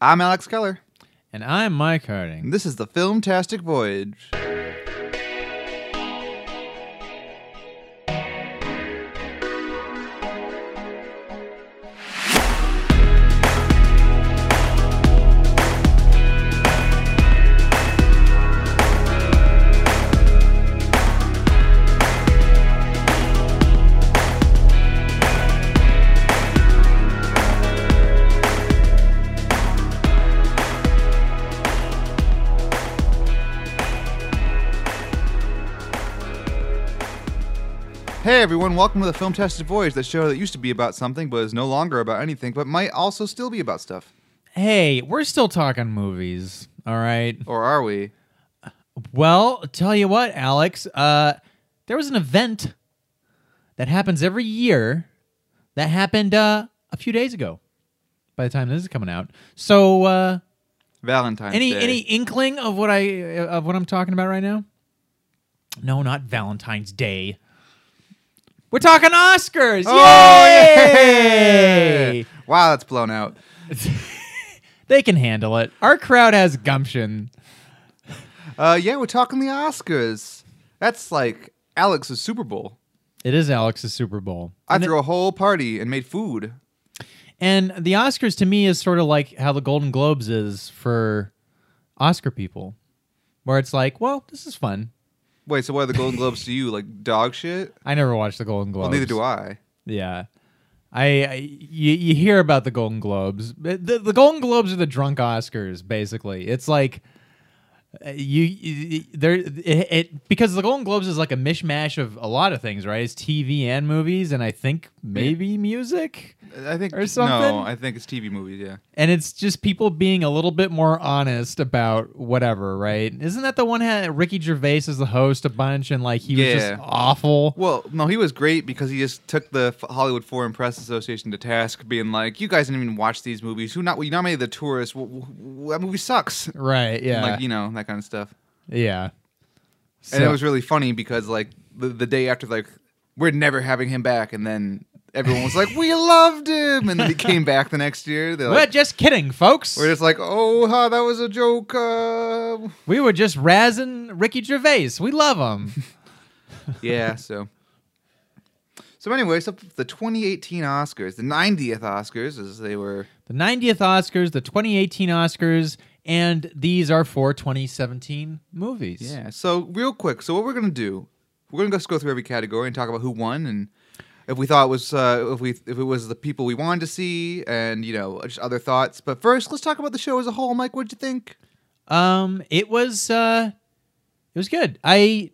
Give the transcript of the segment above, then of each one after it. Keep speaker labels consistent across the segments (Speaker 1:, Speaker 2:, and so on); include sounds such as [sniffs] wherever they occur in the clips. Speaker 1: I'm Alex Keller,
Speaker 2: And I'm Mike Harding.
Speaker 1: and this is the Filmtastic Voyage. Hey everyone, welcome to the Filmtastic Voyage, the show that used to be about something but is no longer about anything, but might also still be about stuff.
Speaker 2: Hey, we're still talking movies, all right?
Speaker 1: Or are we?
Speaker 2: Well, tell you what, Alex, uh, there was an event that happens every year that happened uh, a few days ago by the time this is coming out. So, uh,
Speaker 1: Valentine's
Speaker 2: any
Speaker 1: Day.
Speaker 2: any inkling of what I uh, of what I'm talking about right now? No, not Valentine's Day. We're talking Oscars.
Speaker 1: Oh,
Speaker 2: Yay!
Speaker 1: yeah! Wow, that's blown out.
Speaker 2: They can handle it. Our crowd has gumption.
Speaker 1: Uh, yeah, we're talking the Oscars. That's like Alex's Super Bowl.
Speaker 2: It is Alex's Super Bowl.
Speaker 1: I
Speaker 2: and,
Speaker 1: threw a whole party and made food.
Speaker 2: and the Oscars to me is sort of like how the Golden Globes is for Oscar people, where it's like, well, this is fun.
Speaker 1: Wait, so what are the Golden Globes to you? Like dog shit?
Speaker 2: I never watched the Golden Globes.
Speaker 1: Well, neither do I.
Speaker 2: Yeah. I, I you, you hear about the Golden Globes. The, the Golden Globes are the drunk Oscars, basically. It's like uh, you, you there it, it because the Golden Globes is like a mishmash of a lot of things, right? It's TV and movies, and I think maybe music.
Speaker 1: I think
Speaker 2: Or something?
Speaker 1: No, I think it's TV movies. Yeah.
Speaker 2: and it's just people being a little bit more honest about whatever, right? Isn't that the one had Ricky Gervais as the host a bunch and like he was
Speaker 1: Yeah.
Speaker 2: just awful?
Speaker 1: Well, no, he was great because he just took the F- Hollywood Foreign Press Association to task, being like, "You guys didn't even watch these movies. Who not? You nominated the tourists. Wh- wh- wh- that movie sucks."
Speaker 2: Right, yeah.
Speaker 1: Like you know that kind of stuff.
Speaker 2: yeah. So,
Speaker 1: and it was really funny because like the, the day after, like we're never having him back, and then everyone was
Speaker 2: [laughs]
Speaker 1: like, "We loved him," and then he came back the next year. They're
Speaker 2: we're
Speaker 1: like,
Speaker 2: just kidding, folks.
Speaker 1: "We're just like, oh, huh, that was a joke." Uh.
Speaker 2: we were just razzing Ricky Gervais. We love him.
Speaker 1: [laughs]
Speaker 2: [laughs]
Speaker 1: yeah, so. So anyway, so the 2018 Oscars, the 90th Oscars, as they were
Speaker 2: the 90th Oscars, the 2018 Oscars, and these are for 2017 movies.
Speaker 1: Yeah. So real quick, so what we're gonna do? We're gonna just go through every category and talk about who won and if we thought it was uh, if we if it was the people we wanted to see and you know just other thoughts. But first, let's talk about the show as a whole. Mike, what'd you think?
Speaker 2: Um, it was uh, it was good. I,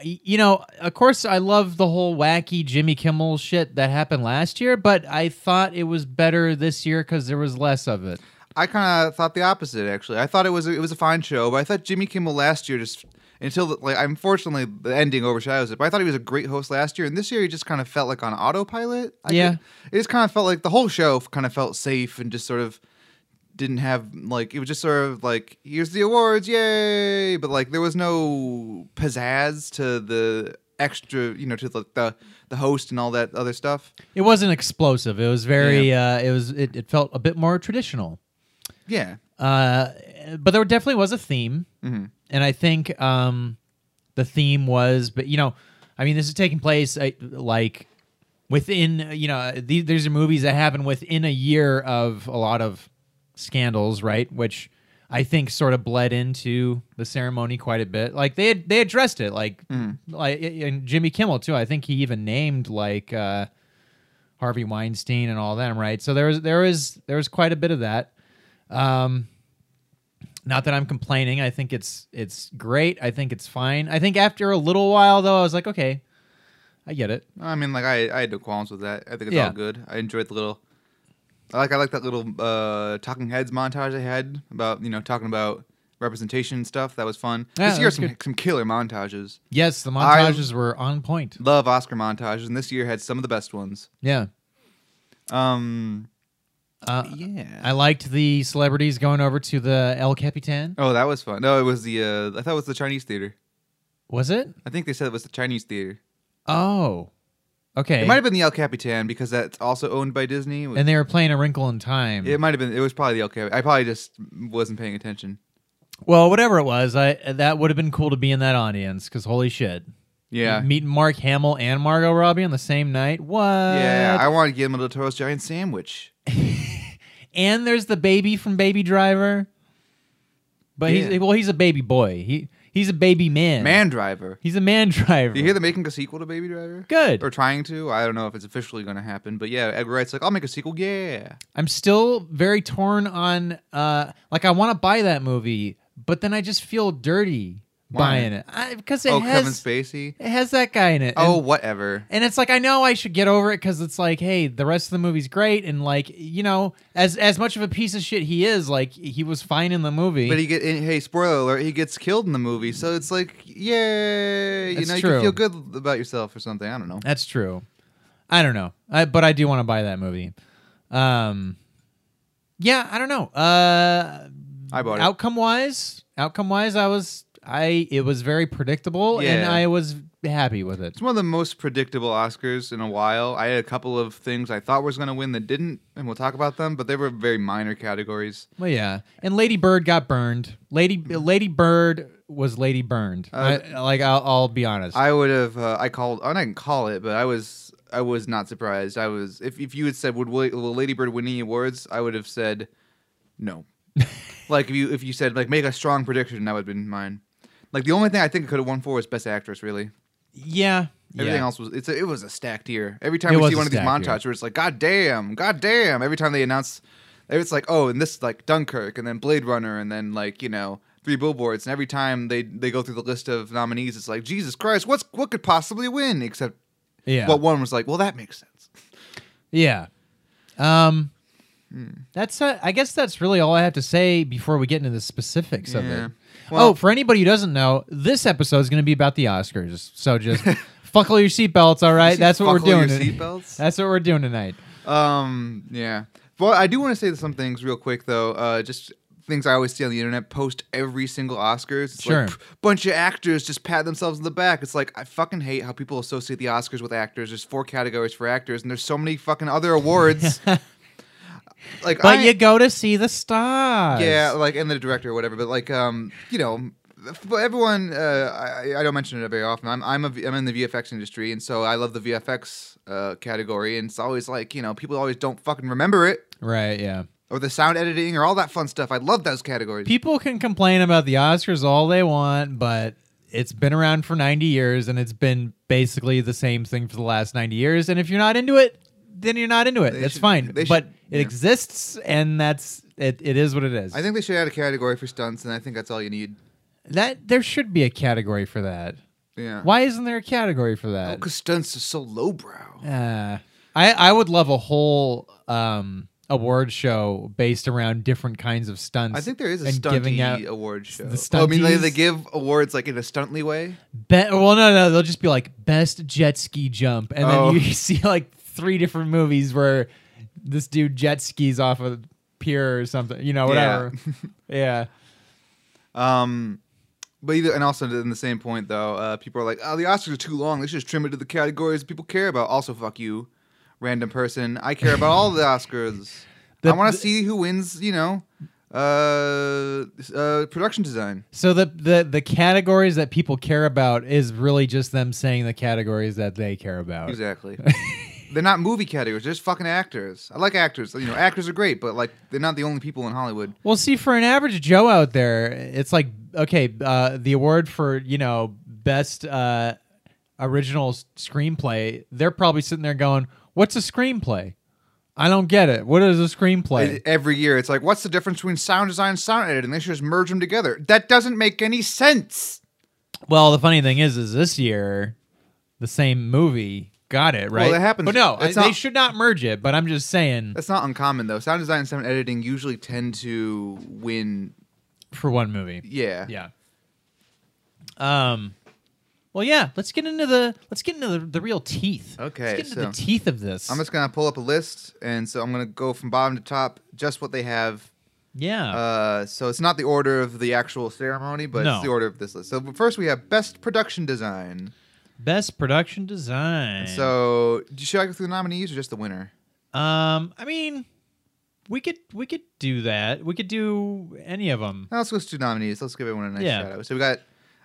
Speaker 2: I- you know, of course, I love the whole wacky Jimmy Kimmel shit that happened last year, but I thought it was better this year because there was less of it.
Speaker 1: I kind of thought the opposite actually. I thought it was a, it was a fine show, but I thought Jimmy Kimmel last year just until the, like unfortunately the ending overshadows it. But I thought he was a great host last year, and this year he just kind of felt like on autopilot. I
Speaker 2: Yeah.
Speaker 1: could- it just kind of felt like the whole show kind of felt safe and just sort of didn't have like it was just sort of like here's the awards, yay! But like there was no pizzazz to the extra, you know, to the the, the host and all that other stuff.
Speaker 2: It wasn't explosive. It was very. Uh, it was. It, it felt a bit more traditional.
Speaker 1: Yeah,
Speaker 2: Uh, but there definitely was a theme, and I think um, the theme was, but you know, I mean, this is taking place uh, like within, you know, these these are movies that happen within a year of a lot of scandals, right? Which I think sort of bled into the ceremony quite a bit. Like they had, they addressed it, like like and Jimmy Kimmel too. I think he even named like. Uh, Harvey Weinstein and all them, right? So there was there was there was quite a bit of that. Um, not that I'm complaining. I think it's it's great. I think it's fine. I think after a little while though, I was like, okay, I get it.
Speaker 1: I mean, like I, I had no qualms with that. I think it's
Speaker 2: Yeah.
Speaker 1: all good. I enjoyed the little, I like I like that little uh, Talking Heads montage they had about you know talking about representation and stuff. That was fun.
Speaker 2: Yeah,
Speaker 1: this
Speaker 2: that
Speaker 1: year
Speaker 2: was
Speaker 1: some
Speaker 2: good.
Speaker 1: some killer montages.
Speaker 2: Yes, the
Speaker 1: I-
Speaker 2: montages were on point.
Speaker 1: Love Oscar montages, and this year had some of the best ones.
Speaker 2: Yeah,
Speaker 1: Um,
Speaker 2: uh,
Speaker 1: yeah.
Speaker 2: I liked the celebrities going over to the El Capitan.
Speaker 1: oh, that was fun. No, it was the uh, I thought it was the Chinese theater.
Speaker 2: Was it?
Speaker 1: I think they said it was the Chinese theater.
Speaker 2: Oh, Okay.
Speaker 1: It might have been the El Capitan because that's also owned by Disney.
Speaker 2: and they were playing A Wrinkle in Time.
Speaker 1: it might have been. It was probably the El Capitan. I probably just wasn't paying attention.
Speaker 2: well, whatever it was, I that would have been cool to be in that audience because holy shit.
Speaker 1: Yeah.
Speaker 2: Meeting Mark Hamill and Margot Robbie on the same night. What?
Speaker 1: Yeah, I want to give him a Toro's giant sandwich.
Speaker 2: and there's the baby from Baby Driver. But
Speaker 1: Yeah.
Speaker 2: he's well, he's a baby boy. He he's a baby man.
Speaker 1: Man Driver.
Speaker 2: He's a man [laughs] driver.
Speaker 1: Do you hear they're making a sequel to Baby Driver?
Speaker 2: Good.
Speaker 1: Or trying to? I don't know if it's officially going to happen, but yeah, Edgar Wright's like, I'll make a sequel. Yeah.
Speaker 2: I'm still very torn on uh like I want to buy that movie, but then I just feel dirty
Speaker 1: Why?
Speaker 2: buying it. I because it
Speaker 1: oh, Kevin
Speaker 2: has
Speaker 1: Spacey.
Speaker 2: it has that guy in it.
Speaker 1: oh,
Speaker 2: And,
Speaker 1: whatever.
Speaker 2: and it's like I know I should get over it cuz it's like, hey, the rest of the movie's great and like, you know, as as much of a piece of shit he is, like he was fine in the movie.
Speaker 1: But he get and, hey, spoiler alert, he gets killed in the movie, so it's like, yay, you
Speaker 2: That's
Speaker 1: know, you
Speaker 2: true.
Speaker 1: can feel good about yourself or something. I don't know.
Speaker 2: That's true. I don't know. I, but I do want to buy that movie. Um Yeah, I don't know. Uh
Speaker 1: I bought it.
Speaker 2: outcome wise outcome wise i was i it was very predictable and
Speaker 1: Yeah.
Speaker 2: i was happy with it
Speaker 1: It's one of the most predictable Oscars in a while. I had a couple of things I thought was going to win that didn't, and we'll talk about them, but they were very minor categories.
Speaker 2: well yeah and lady bird got burned lady lady bird was lady burned
Speaker 1: Uh,
Speaker 2: I, like I'll, I'll be honest
Speaker 1: I would have. Uh, I called. I didn't call it, but I was. I was not surprised. I was. If, if you had said, "Would Willi- will Lady Bird win any awards?" I would have said, "No." like if you if you said like make a strong prediction, that would have been mine. Like the only thing I think it could have won for was Best Actress. Really,
Speaker 2: yeah
Speaker 1: everything
Speaker 2: yeah.
Speaker 1: else was. It's a, it was a stacked year. Every time
Speaker 2: It
Speaker 1: we
Speaker 2: was
Speaker 1: see
Speaker 2: a
Speaker 1: one of these
Speaker 2: stacked year.
Speaker 1: montages, where it's like, "God damn, God damn!" Every time they announce, it's like, "Oh, and this like Dunkirk, and then Blade Runner, and then like you know." Three billboards, and every time they they go through the list of nominees, it's like Jesus Christ, what's what could possibly win except
Speaker 2: yeah
Speaker 1: but one was like, well, that makes sense.
Speaker 2: yeah um that's uh, i guess that's really all i have to say before we get into the specifics of
Speaker 1: Yeah.
Speaker 2: it
Speaker 1: Well-
Speaker 2: oh for anybody who doesn't know this episode is going to be about the oscars so
Speaker 1: [laughs]
Speaker 2: just Buckle your seatbelts, all right?
Speaker 1: said
Speaker 2: That's what we're
Speaker 1: buckle your
Speaker 2: doing.
Speaker 1: seatbelts?
Speaker 2: That's what we're doing tonight.
Speaker 1: Um, yeah. But I do want to say some things real quick though. Uh, just things I always see on the internet post every single Oscars. It's
Speaker 2: Sure.
Speaker 1: Like, "Pff, bunch of actors just pat themselves in the back. It's like I fucking hate how people associate the Oscars with actors. There's four categories for actors, and there's so many fucking other
Speaker 2: [laughs]
Speaker 1: awards. like,
Speaker 2: But
Speaker 1: I,
Speaker 2: you go to see the stars.
Speaker 1: Yeah, like and the director or whatever. But like, um, you know, f- everyone. Uh, I, I don't mention it very often. I'm I'm a, V- I'm in the VFX industry, and so I love the VFX uh, category. And it's always like you know, people always don't fucking remember it
Speaker 2: Right, yeah.
Speaker 1: or the sound editing or all that fun stuff. I love those categories.
Speaker 2: People can complain about the Oscars all they want, but it's been around for 90 years and it's been basically the same thing for the last 90 years. And if you're not into it, then you're not into it.
Speaker 1: They
Speaker 2: that's
Speaker 1: should-
Speaker 2: fine.
Speaker 1: they
Speaker 2: But
Speaker 1: should-
Speaker 2: it
Speaker 1: yeah.
Speaker 2: exists and that's it, it is what it is.
Speaker 1: I think they should add a category for stunts, and I think that's all you need.
Speaker 2: that there should be a category for that.
Speaker 1: Yeah.
Speaker 2: Why isn't there a category for that?
Speaker 1: Because stunts are so lowbrow.
Speaker 2: Uh, I I would love a whole um award show based around different kinds of stunts.
Speaker 1: I think there is a
Speaker 2: and giving out
Speaker 1: stunty award show.
Speaker 2: the
Speaker 1: oh, I mean, they,
Speaker 2: stunties?
Speaker 1: they give awards like in a stuntly way.
Speaker 2: Be- well, no, no, they'll just be like best jet ski jump, and
Speaker 1: Oh.
Speaker 2: then you [laughs] see like three different movies where this dude jet skis off a pier or something, you know, whatever. Yeah,
Speaker 1: Um, but either, and also in the same point though, uh, people are like, "Oh, the Oscars are too long. They should just trim it to the categories people care about." Also, fuck you, random person. I care about all the Oscars.
Speaker 2: [laughs] The-
Speaker 1: I want
Speaker 2: the-
Speaker 1: to see who wins. You know, uh, uh, production design.
Speaker 2: So the the the categories that people care about is really just them saying the categories that they care about. [laughs]
Speaker 1: Exactly. they're not movie categories. They're just fucking actors. I like actors. You know, actors are great, but like they're not the only people in Hollywood.
Speaker 2: Well, see, for an average Joe out there, it's like okay, uh, the award for you know best uh, original s- screenplay. They're probably sitting there going, "What's a screenplay? I don't get it. What is a screenplay?"
Speaker 1: Every year, it's like, what's the difference between sound design and sound editing? They should just merge them together. That doesn't make any sense.
Speaker 2: well, the funny thing is, is this year the same movie got it right.
Speaker 1: that happens.
Speaker 2: But no, I,
Speaker 1: It's
Speaker 2: they
Speaker 1: not-
Speaker 2: should not merge it. But I'm just saying
Speaker 1: That's not uncommon though. Sound design and sound editing usually tend to win.
Speaker 2: for one movie.
Speaker 1: Yeah.
Speaker 2: Yeah. Um. Well, yeah. Let's get into the let's get into the, the real teeth.
Speaker 1: Okay,
Speaker 2: Let's get into the
Speaker 1: so-
Speaker 2: teeth of this.
Speaker 1: I'm just gonna pull up a list, and so I'm gonna go from bottom to top, just what they have.
Speaker 2: yeah.
Speaker 1: Uh, so it's not the order of the actual ceremony, but
Speaker 2: No.
Speaker 1: it's the order of this list. So first we have best production design.
Speaker 2: Best production design.
Speaker 1: So, should I go through the nominees or just the winner?
Speaker 2: um, I mean, we could we could do that. We could do any of them.
Speaker 1: Now let's go to nominees. Let's give everyone a nice
Speaker 2: Yeah.
Speaker 1: shout out. So we got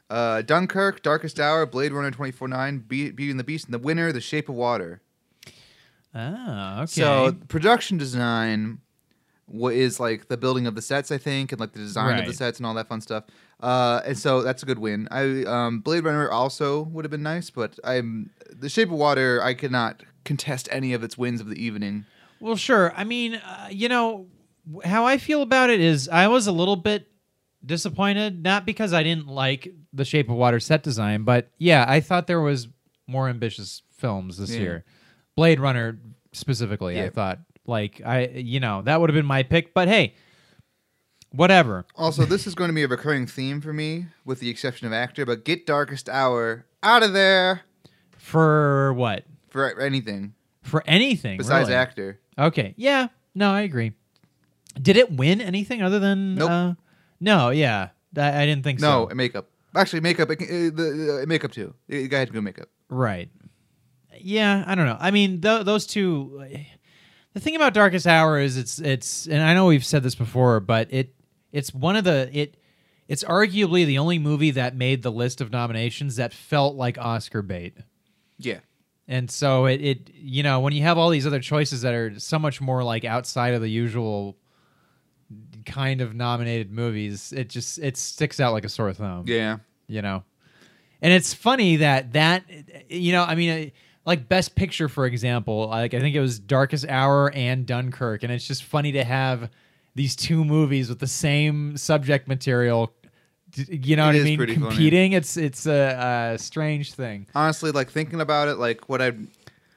Speaker 1: uh, Dunkirk, Darkest Hour, Blade Runner 2049, Be- Beauty and the Beast, and the winner, The Shape of Water.
Speaker 2: Ah, okay.
Speaker 1: So production design what is like the building of the sets, I think, and like the design of the
Speaker 2: Right.
Speaker 1: sets and all that fun stuff. Uh, and so that's a good win. I um, Blade Runner also would have been nice, but I'm The Shape of Water. I could not contest any of its wins of the evening.
Speaker 2: Well, sure. I mean, uh, you know, w- how I feel about it is I was a little bit disappointed, not because I didn't like the Shape of Water set design, but yeah, I thought there was more ambitious films this
Speaker 1: Yeah.
Speaker 2: year. Blade Runner specifically, I
Speaker 1: Yeah.
Speaker 2: thought. Like I, you know, that would have been my pick, but hey, whatever.
Speaker 1: Also, this is going to be a recurring theme for me, with the exception of actor. But get Darkest Hour out of there
Speaker 2: For what?
Speaker 1: for anything
Speaker 2: For anything
Speaker 1: besides
Speaker 2: really.
Speaker 1: actor.
Speaker 2: Okay. Yeah. No, I agree. Did it win anything other than?
Speaker 1: Nope.
Speaker 2: Uh, no. Yeah. I, I didn't think so.
Speaker 1: No, makeup. Actually, makeup. It, can- uh, the uh, makeup too. You guy had to go makeup.
Speaker 2: Right. Yeah, I don't know. I mean, th- those two. The thing about Darkest Hour is it's it's, and I know we've said this before, but it it's one of the it it's arguably the only movie that made the list of nominations that felt like Oscar bait.
Speaker 1: Yeah.
Speaker 2: And so it, it you know when you have all these other choices that are so much more like outside of the usual kind of nominated movies, it just it sticks out like a sore thumb
Speaker 1: Yeah.
Speaker 2: you know and it's funny that that you know i mean uh, like best picture for example like i think it was darkest hour and dunkirk and it's just funny to have these two movies with the same subject material d- you know
Speaker 1: It
Speaker 2: what i
Speaker 1: is
Speaker 2: mean
Speaker 1: pretty funny.
Speaker 2: competing it's it's a, a strange thing
Speaker 1: honestly like thinking about it like what i'd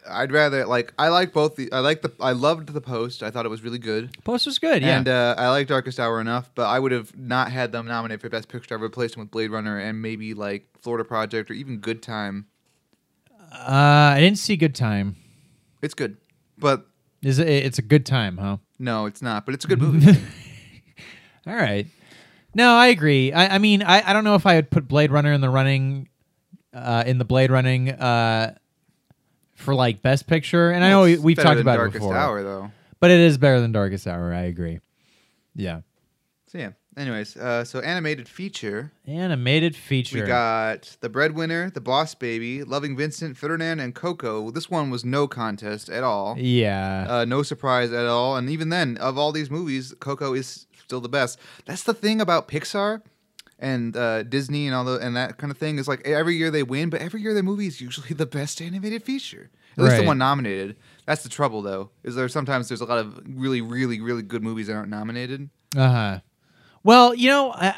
Speaker 1: i'd rather like i like both the i like the i loved the post i thought it was really good
Speaker 2: post was good yeah
Speaker 1: and uh, i like darkest hour enough but i would have not had them nominated for best picture i replaced them with blade runner and maybe like florida project or even good time
Speaker 2: uh, i didn't see good time
Speaker 1: it's good but
Speaker 2: is it, it's a good time huh
Speaker 1: no it's not but it's a good movie
Speaker 2: All right. No, I agree. I, I mean, I, I don't know if I would put Blade Runner in the running, uh, in the Blade Running, uh, for like Best Picture. And [laughs] I know we,
Speaker 1: It's
Speaker 2: we've
Speaker 1: better
Speaker 2: talked
Speaker 1: than
Speaker 2: about it
Speaker 1: darkest
Speaker 2: before,
Speaker 1: hour though
Speaker 2: but it is better than Darkest Hour. I agree. Yeah.
Speaker 1: so yeah anyways uh, so animated feature
Speaker 2: Animated feature.
Speaker 1: We got The Breadwinner, The Boss Baby, Loving Vincent, Ferdinand, and Coco. This one was no contest at all.
Speaker 2: yeah.
Speaker 1: uh, no surprise at all. And even then, of all these movies, Coco is still the best. That's the thing about Pixar and uh, Disney and all the and that kind of thing is like every year they win, but every year their movie is usually [laughs] the best animated feature. At least the
Speaker 2: Right.
Speaker 1: one nominated. That's the trouble though. Is there sometimes there's a lot of really, really, really good movies that aren't nominated.
Speaker 2: Uh huh. Well, you know, I,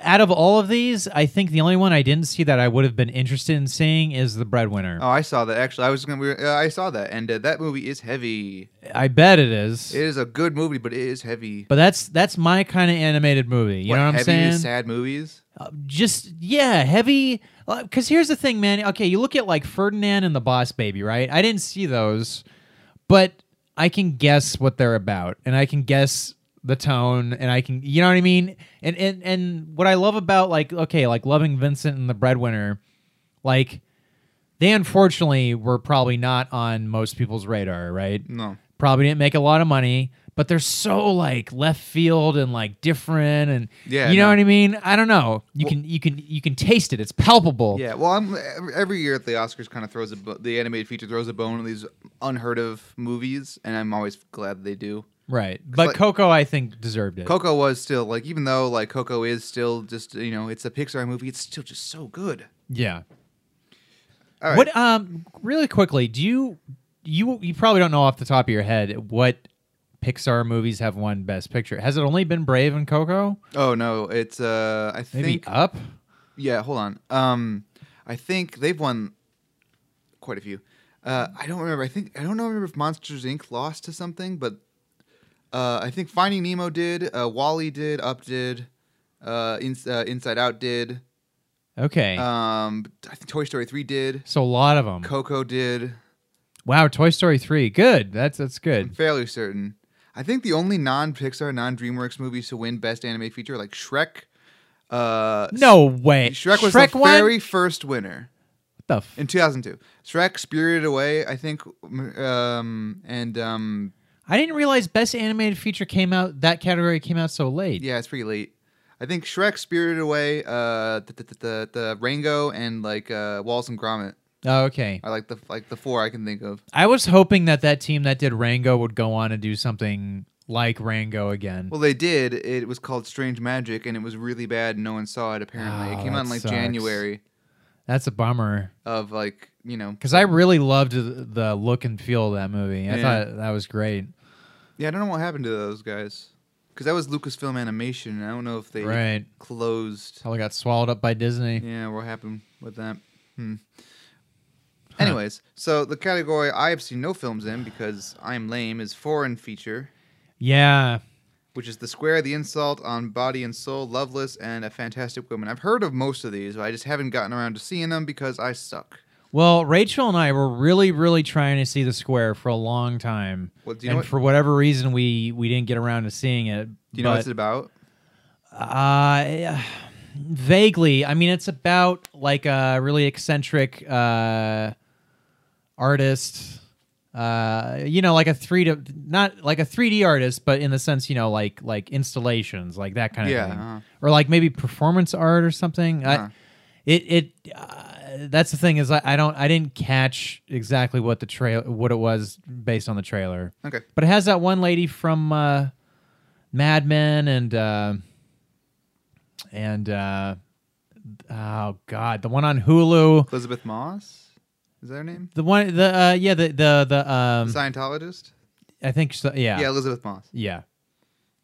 Speaker 2: out of all of these, I think the only one I didn't see that I would have been interested in seeing is The Breadwinner.
Speaker 1: Oh, I saw that actually. I was gonna. we were- Uh, I saw that, and uh, that movie is heavy.
Speaker 2: I bet it is.
Speaker 1: It is a good movie, but it is heavy.
Speaker 2: but that's that's my kind of animated movie. You know what I'm
Speaker 1: heavy
Speaker 2: saying?
Speaker 1: is sad movies.
Speaker 2: Uh, just yeah, heavy. Because here's the thing, man. Okay, you look at like Ferdinand and the Boss Baby, right? I didn't see those, but I can guess what they're about, and I can guess the tone, and I can, you know what I mean? And and and what I love about like okay, like loving Vincent and the Breadwinner, like they unfortunately were probably not on most people's radar, right?
Speaker 1: No,
Speaker 2: probably didn't make a lot of money but they're so like left field and like different and
Speaker 1: Yeah,
Speaker 2: you know
Speaker 1: no.
Speaker 2: what i mean i don't know you can you can you can taste it it's palpable
Speaker 1: Yeah, well, I'm, every- every year at the Oscars kind of throws a bo- the animated feature throws a bone in these unheard of movies, and I'm always glad they do.
Speaker 2: right but
Speaker 1: like-
Speaker 2: coco i think deserved it
Speaker 1: Coco was still like, even though like Coco is still just you know it's a Pixar movie, it's still just so good.
Speaker 2: yeah
Speaker 1: All right.
Speaker 2: what um really quickly do you you you probably don't know off the top of your head what pixar movies have won best picture has it only been brave and coco
Speaker 1: Oh no, it's uh, I
Speaker 2: maybe
Speaker 1: think
Speaker 2: up
Speaker 1: yeah, hold on. Um, I think they've won quite a few. Uh, I don't remember. I think I don't know. Remember if Monsters Inc. lost to something, but uh, I think Finding Nemo did. Uh, Wally did. Up did. Uh, in, uh, Inside Out did.
Speaker 2: okay
Speaker 1: Um, I think Toy Story three did.
Speaker 2: so a lot of them
Speaker 1: Coco did.
Speaker 2: wow toy story 3 good that's that's
Speaker 1: I'm
Speaker 2: good
Speaker 1: fairly certain. I think the only non-Pixar, non-DreamWorks movies to win Best Anime Feature, are, like Shrek. Uh,
Speaker 2: no way
Speaker 1: Shrek was the
Speaker 2: won?
Speaker 1: very first winner.
Speaker 2: the f-
Speaker 1: in 2002. Shrek, Spirited Away, I think, um, and um,
Speaker 2: I didn't realize best animated feature came out that category came out so late.
Speaker 1: yeah, it's pretty late. I think Shrek, Spirited Away, uh, the, the, the, the Rango, and like uh, Walls and Gromit
Speaker 2: Oh, okay.
Speaker 1: are like the like the four I can think of.
Speaker 2: I was hoping that that team that did Rango would go on and do something like Rango again.
Speaker 1: Well, they did. It was called Strange Magic, and it was really bad. and No one saw it. Apparently,
Speaker 2: Oh,
Speaker 1: it came out in
Speaker 2: that
Speaker 1: like
Speaker 2: sucks.
Speaker 1: January
Speaker 2: That's a bummer
Speaker 1: of like you know.
Speaker 2: because I really loved the, the look and feel of that movie. I
Speaker 1: Yeah.
Speaker 2: thought that was great.
Speaker 1: Yeah, I don't know what happened to those guys because that was Lucasfilm Animation. And I don't know if they
Speaker 2: Right,
Speaker 1: closed.
Speaker 2: probably got swallowed up by Disney.
Speaker 1: Yeah, what happened with that? Hmm. Anyways, so the category I have seen no films in because I'm lame is foreign feature,
Speaker 2: Yeah,
Speaker 1: which is The Square, The Insult, On Body and Soul, Loveless, and A Fantastic Woman. I've heard of most of these, but I just haven't gotten around to seeing them because I suck.
Speaker 2: Well, Rachel and I were really, really trying to see the square for a long time,
Speaker 1: Well, do you
Speaker 2: and
Speaker 1: know what,
Speaker 2: for whatever reason, we we didn't get around to seeing it.
Speaker 1: do you know what it's about?
Speaker 2: but, uh, vaguely, I mean, it's about like a really eccentric uh, artist. Uh, you know, like a three to not like a three D artist, but in the sense, you know, like like installations, like that kind of
Speaker 1: Yeah,
Speaker 2: thing,
Speaker 1: uh-huh.
Speaker 2: or like maybe performance art or something. I-
Speaker 1: Huh.
Speaker 2: it it uh, that's the thing is I, I don't I didn't catch exactly what the trail what it was based on the trailer,
Speaker 1: Okay.
Speaker 2: but it has that one lady from uh, Mad Men and uh, and uh, oh god the one on Hulu
Speaker 1: Elizabeth Moss? Is that her name?
Speaker 2: the one the uh, yeah the the the um
Speaker 1: Scientologist?
Speaker 2: I think so,
Speaker 1: Yeah, Elizabeth Moss.
Speaker 2: Yeah.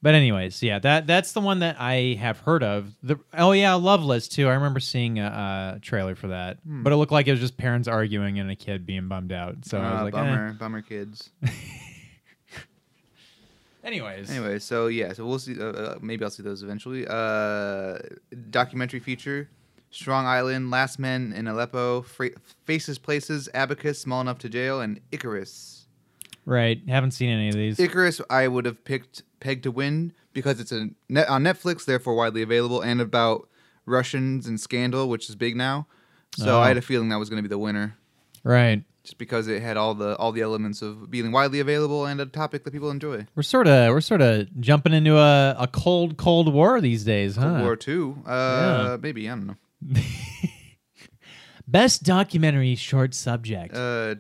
Speaker 2: But anyways, yeah, that that's the one that I have heard of. The oh yeah, Loveless too. I remember seeing a, a trailer for that,
Speaker 1: Hmm.
Speaker 2: but it looked like it was just parents arguing and a kid being bummed out. So I
Speaker 1: Uh,
Speaker 2: was like, eh.
Speaker 1: bummer, bummer kids.
Speaker 2: eh. anyways,
Speaker 1: Anyway, so yeah, so we'll see. Uh, uh, maybe I'll see those eventually. Uh, documentary feature: Strong Island, Last Men in Aleppo, Fra- Faces, Places, Abacus, Small Enough to Jail, and Icarus.
Speaker 2: right? Haven't seen any of these.
Speaker 1: Icarus, I would have picked Peg to Win because it's a net on Netflix, therefore widely available, and about Russians and scandal, which is big now. So
Speaker 2: Oh.
Speaker 1: I had a feeling that was going to be the winner,
Speaker 2: right?
Speaker 1: just because it had all the all the elements of being widely available and a topic that people enjoy.
Speaker 2: We're sort of we're sort of jumping into a, a cold cold war these days, huh?
Speaker 1: World War Two, uh, maybe I don't know.
Speaker 2: Best documentary short subject.
Speaker 1: uh,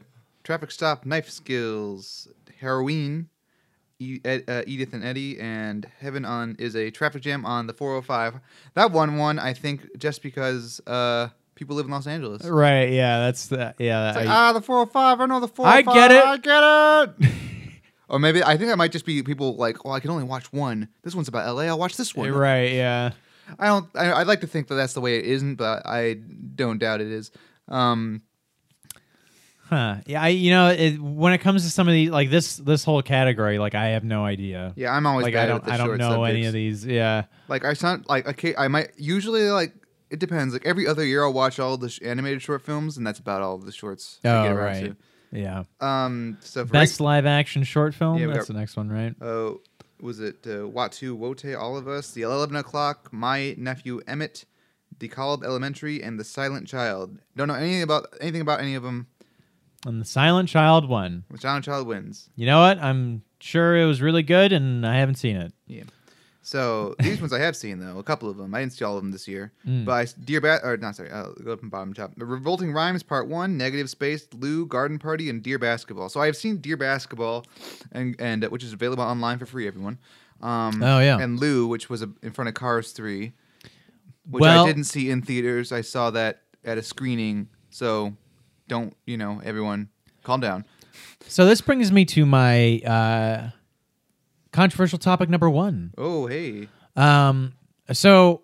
Speaker 1: traffic stop, knife skills, heroin, e- Ed, uh, Edith and Eddie, and heaven on is a traffic jam on the 405. That one won, I think, just because uh, people live in Los Angeles. It's
Speaker 2: right? Yeah, that's the yeah.
Speaker 1: like,
Speaker 2: I-
Speaker 1: ah, the 405. I know the
Speaker 2: I
Speaker 1: 405.
Speaker 2: get it.
Speaker 1: I get it. or maybe I think that might just be people like, well, I can only watch one. This one's about LA. I'll watch this one.
Speaker 2: [laughs] right? Yeah.
Speaker 1: I don't. I, I'd like to think that that's the way it isn't, but I don't doubt it is. Um,
Speaker 2: Huh. Yeah, I you know it, when it comes to some of these like this this whole category, like I have no idea.
Speaker 1: yeah, I'm always
Speaker 2: like
Speaker 1: bad
Speaker 2: I
Speaker 1: at
Speaker 2: don't
Speaker 1: the
Speaker 2: I don't
Speaker 1: short
Speaker 2: know any
Speaker 1: subjects.
Speaker 2: of these. Yeah.
Speaker 1: Like I sound like okay, I might usually like it depends. Like every other year, I'll watch all the sh- animated short films, and that's about all the shorts. I
Speaker 2: Oh
Speaker 1: around
Speaker 2: right. Yeah.
Speaker 1: to. Um. So for
Speaker 2: Best live action short film.
Speaker 1: Yeah, we
Speaker 2: That's
Speaker 1: got-
Speaker 2: the next one, right?
Speaker 1: Oh, was it uh, Watu Wote? All of us. The eleven o'clock. My nephew Emmett. The Caleb Elementary and the Silent Child. Don't know anything about anything about any of them.
Speaker 2: And the Silent Child one.
Speaker 1: The Silent Child wins.
Speaker 2: You know what? I'm sure it was really good, and I haven't seen it.
Speaker 1: So these ones I have seen though, a couple of them. I didn't see all of them this year.
Speaker 2: Mm.
Speaker 1: But I, s- Dear Bat, or not sorry, uh, go up and bottom top. Revolting Rhymes Part One, Negative Space, Lou, Garden Party, and Dear Basketball. So I have seen Dear Basketball, and and uh, which is available online for free, everyone. Um,
Speaker 2: Oh, yeah.
Speaker 1: And Lou, which was uh, in front of Cars Three, which
Speaker 2: Well-
Speaker 1: I didn't see in theaters. I saw that at a screening. So don't you know, everyone, calm down.
Speaker 2: So this brings me to my uh, controversial topic number one.
Speaker 1: Oh hey,
Speaker 2: Um, so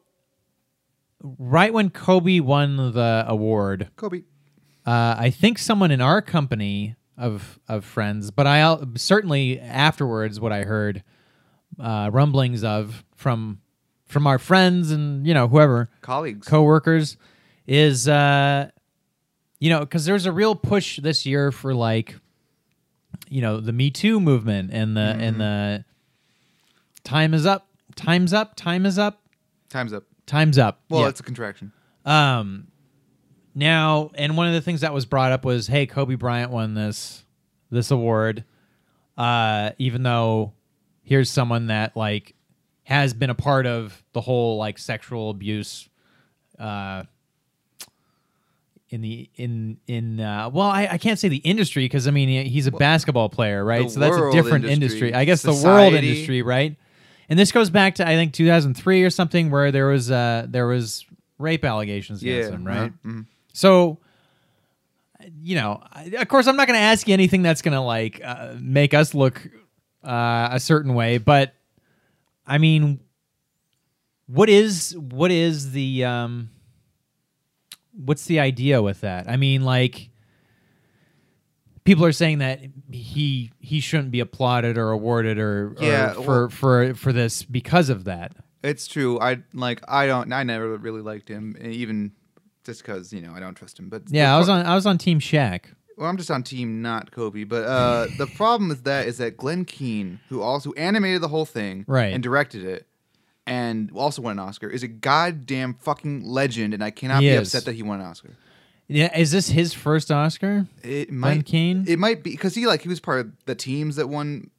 Speaker 2: right when Kobe won the award,
Speaker 1: Kobe.
Speaker 2: uh, I think someone in our company of of friends, but I al- certainly afterwards what I heard uh, rumblings of from from our friends and you know whoever
Speaker 1: Colleagues.
Speaker 2: coworkers is uh, you know because there's a real push this year for like you know the Me Too movement and the and the time is up, time's up, time is up,
Speaker 1: Time's up.
Speaker 2: time's up.
Speaker 1: Well,
Speaker 2: Yeah.
Speaker 1: it's a contraction.
Speaker 2: Um, Now, and one of the things that was brought up was, hey, Kobe Bryant won this this award, uh, even though here's someone that like has been a part of the whole like sexual abuse uh, in the in in uh, well, I, I can't say the industry because I mean he's a basketball player, right?
Speaker 1: the
Speaker 2: So that's a
Speaker 1: world
Speaker 2: different
Speaker 1: industry,
Speaker 2: industry, I guess the world
Speaker 1: society.
Speaker 2: industry, right? And this goes back to I think 2003 or something where there was uh, there was rape allegations against
Speaker 1: Yeah,
Speaker 2: him, right?
Speaker 1: uh-huh, mhm.
Speaker 2: So, you know, I- of course, I'm not going to ask you anything that's going to like uh, make us look uh, a certain way, but I mean, what is what is the um, what's the idea with that? I mean, like people are saying that he he shouldn't be applauded or awarded or, or
Speaker 1: Yeah,
Speaker 2: for
Speaker 1: well-
Speaker 2: for for this because of that.
Speaker 1: It's true. I like. I don't. I never really liked him, eh, even just because you know I don't trust him. But
Speaker 2: Yeah, I was on I was on Team Shaq.
Speaker 1: Well, I'm just on team not Kobe, but uh, the
Speaker 2: [laughs]
Speaker 1: problem with that is that Glenn Keane, who also animated the whole thing
Speaker 2: Right.
Speaker 1: and directed it, and also won an Oscar, is a goddamn fucking legend, and I cannot
Speaker 2: He
Speaker 1: be
Speaker 2: is.
Speaker 1: upset that he won an Oscar.
Speaker 2: Yeah, is this his first Oscar?
Speaker 1: It might
Speaker 2: Keane?
Speaker 1: It might be because he like he was part of the teams that won.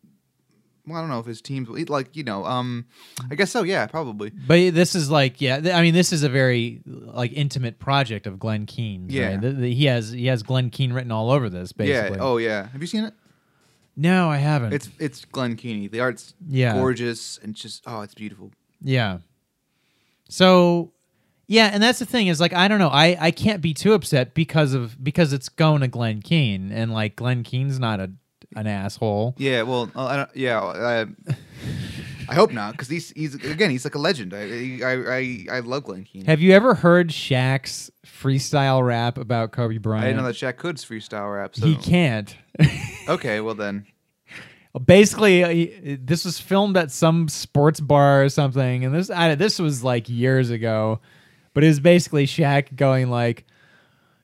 Speaker 1: Well, I don't know if his teams he- like you know. Um, I guess so. Yeah, probably.
Speaker 2: But this is like, yeah, th- I mean, this is a very like intimate project of Glenn Keane.
Speaker 1: Yeah.
Speaker 2: Th- th- he has he has Glenn Keane written all over this, basically.
Speaker 1: Yeah. Oh yeah. Have you seen it?
Speaker 2: no, I haven't.
Speaker 1: It's it's Glenn Keane. The art's
Speaker 2: Yeah.
Speaker 1: gorgeous and just oh, it's beautiful.
Speaker 2: yeah. So, yeah, and that's the thing is like I don't know, I I can't be too upset because of because it's going to Glenn Keane and like Glenn Keane's not a an asshole.
Speaker 1: Yeah, well, uh, I don't, yeah, I, I hope not, because he's he's again he's like a legend. I I I, I love Glenn Keane.
Speaker 2: Have you ever heard Shaq's freestyle rap about Kobe
Speaker 1: I
Speaker 2: Bryant?
Speaker 1: didn't know that Shaq could freestyle rap. So
Speaker 2: He can't.
Speaker 1: okay, well then,
Speaker 2: basically uh, he- this was filmed at some sports bar or something and this I, this was like years ago but it was basically Shaq going like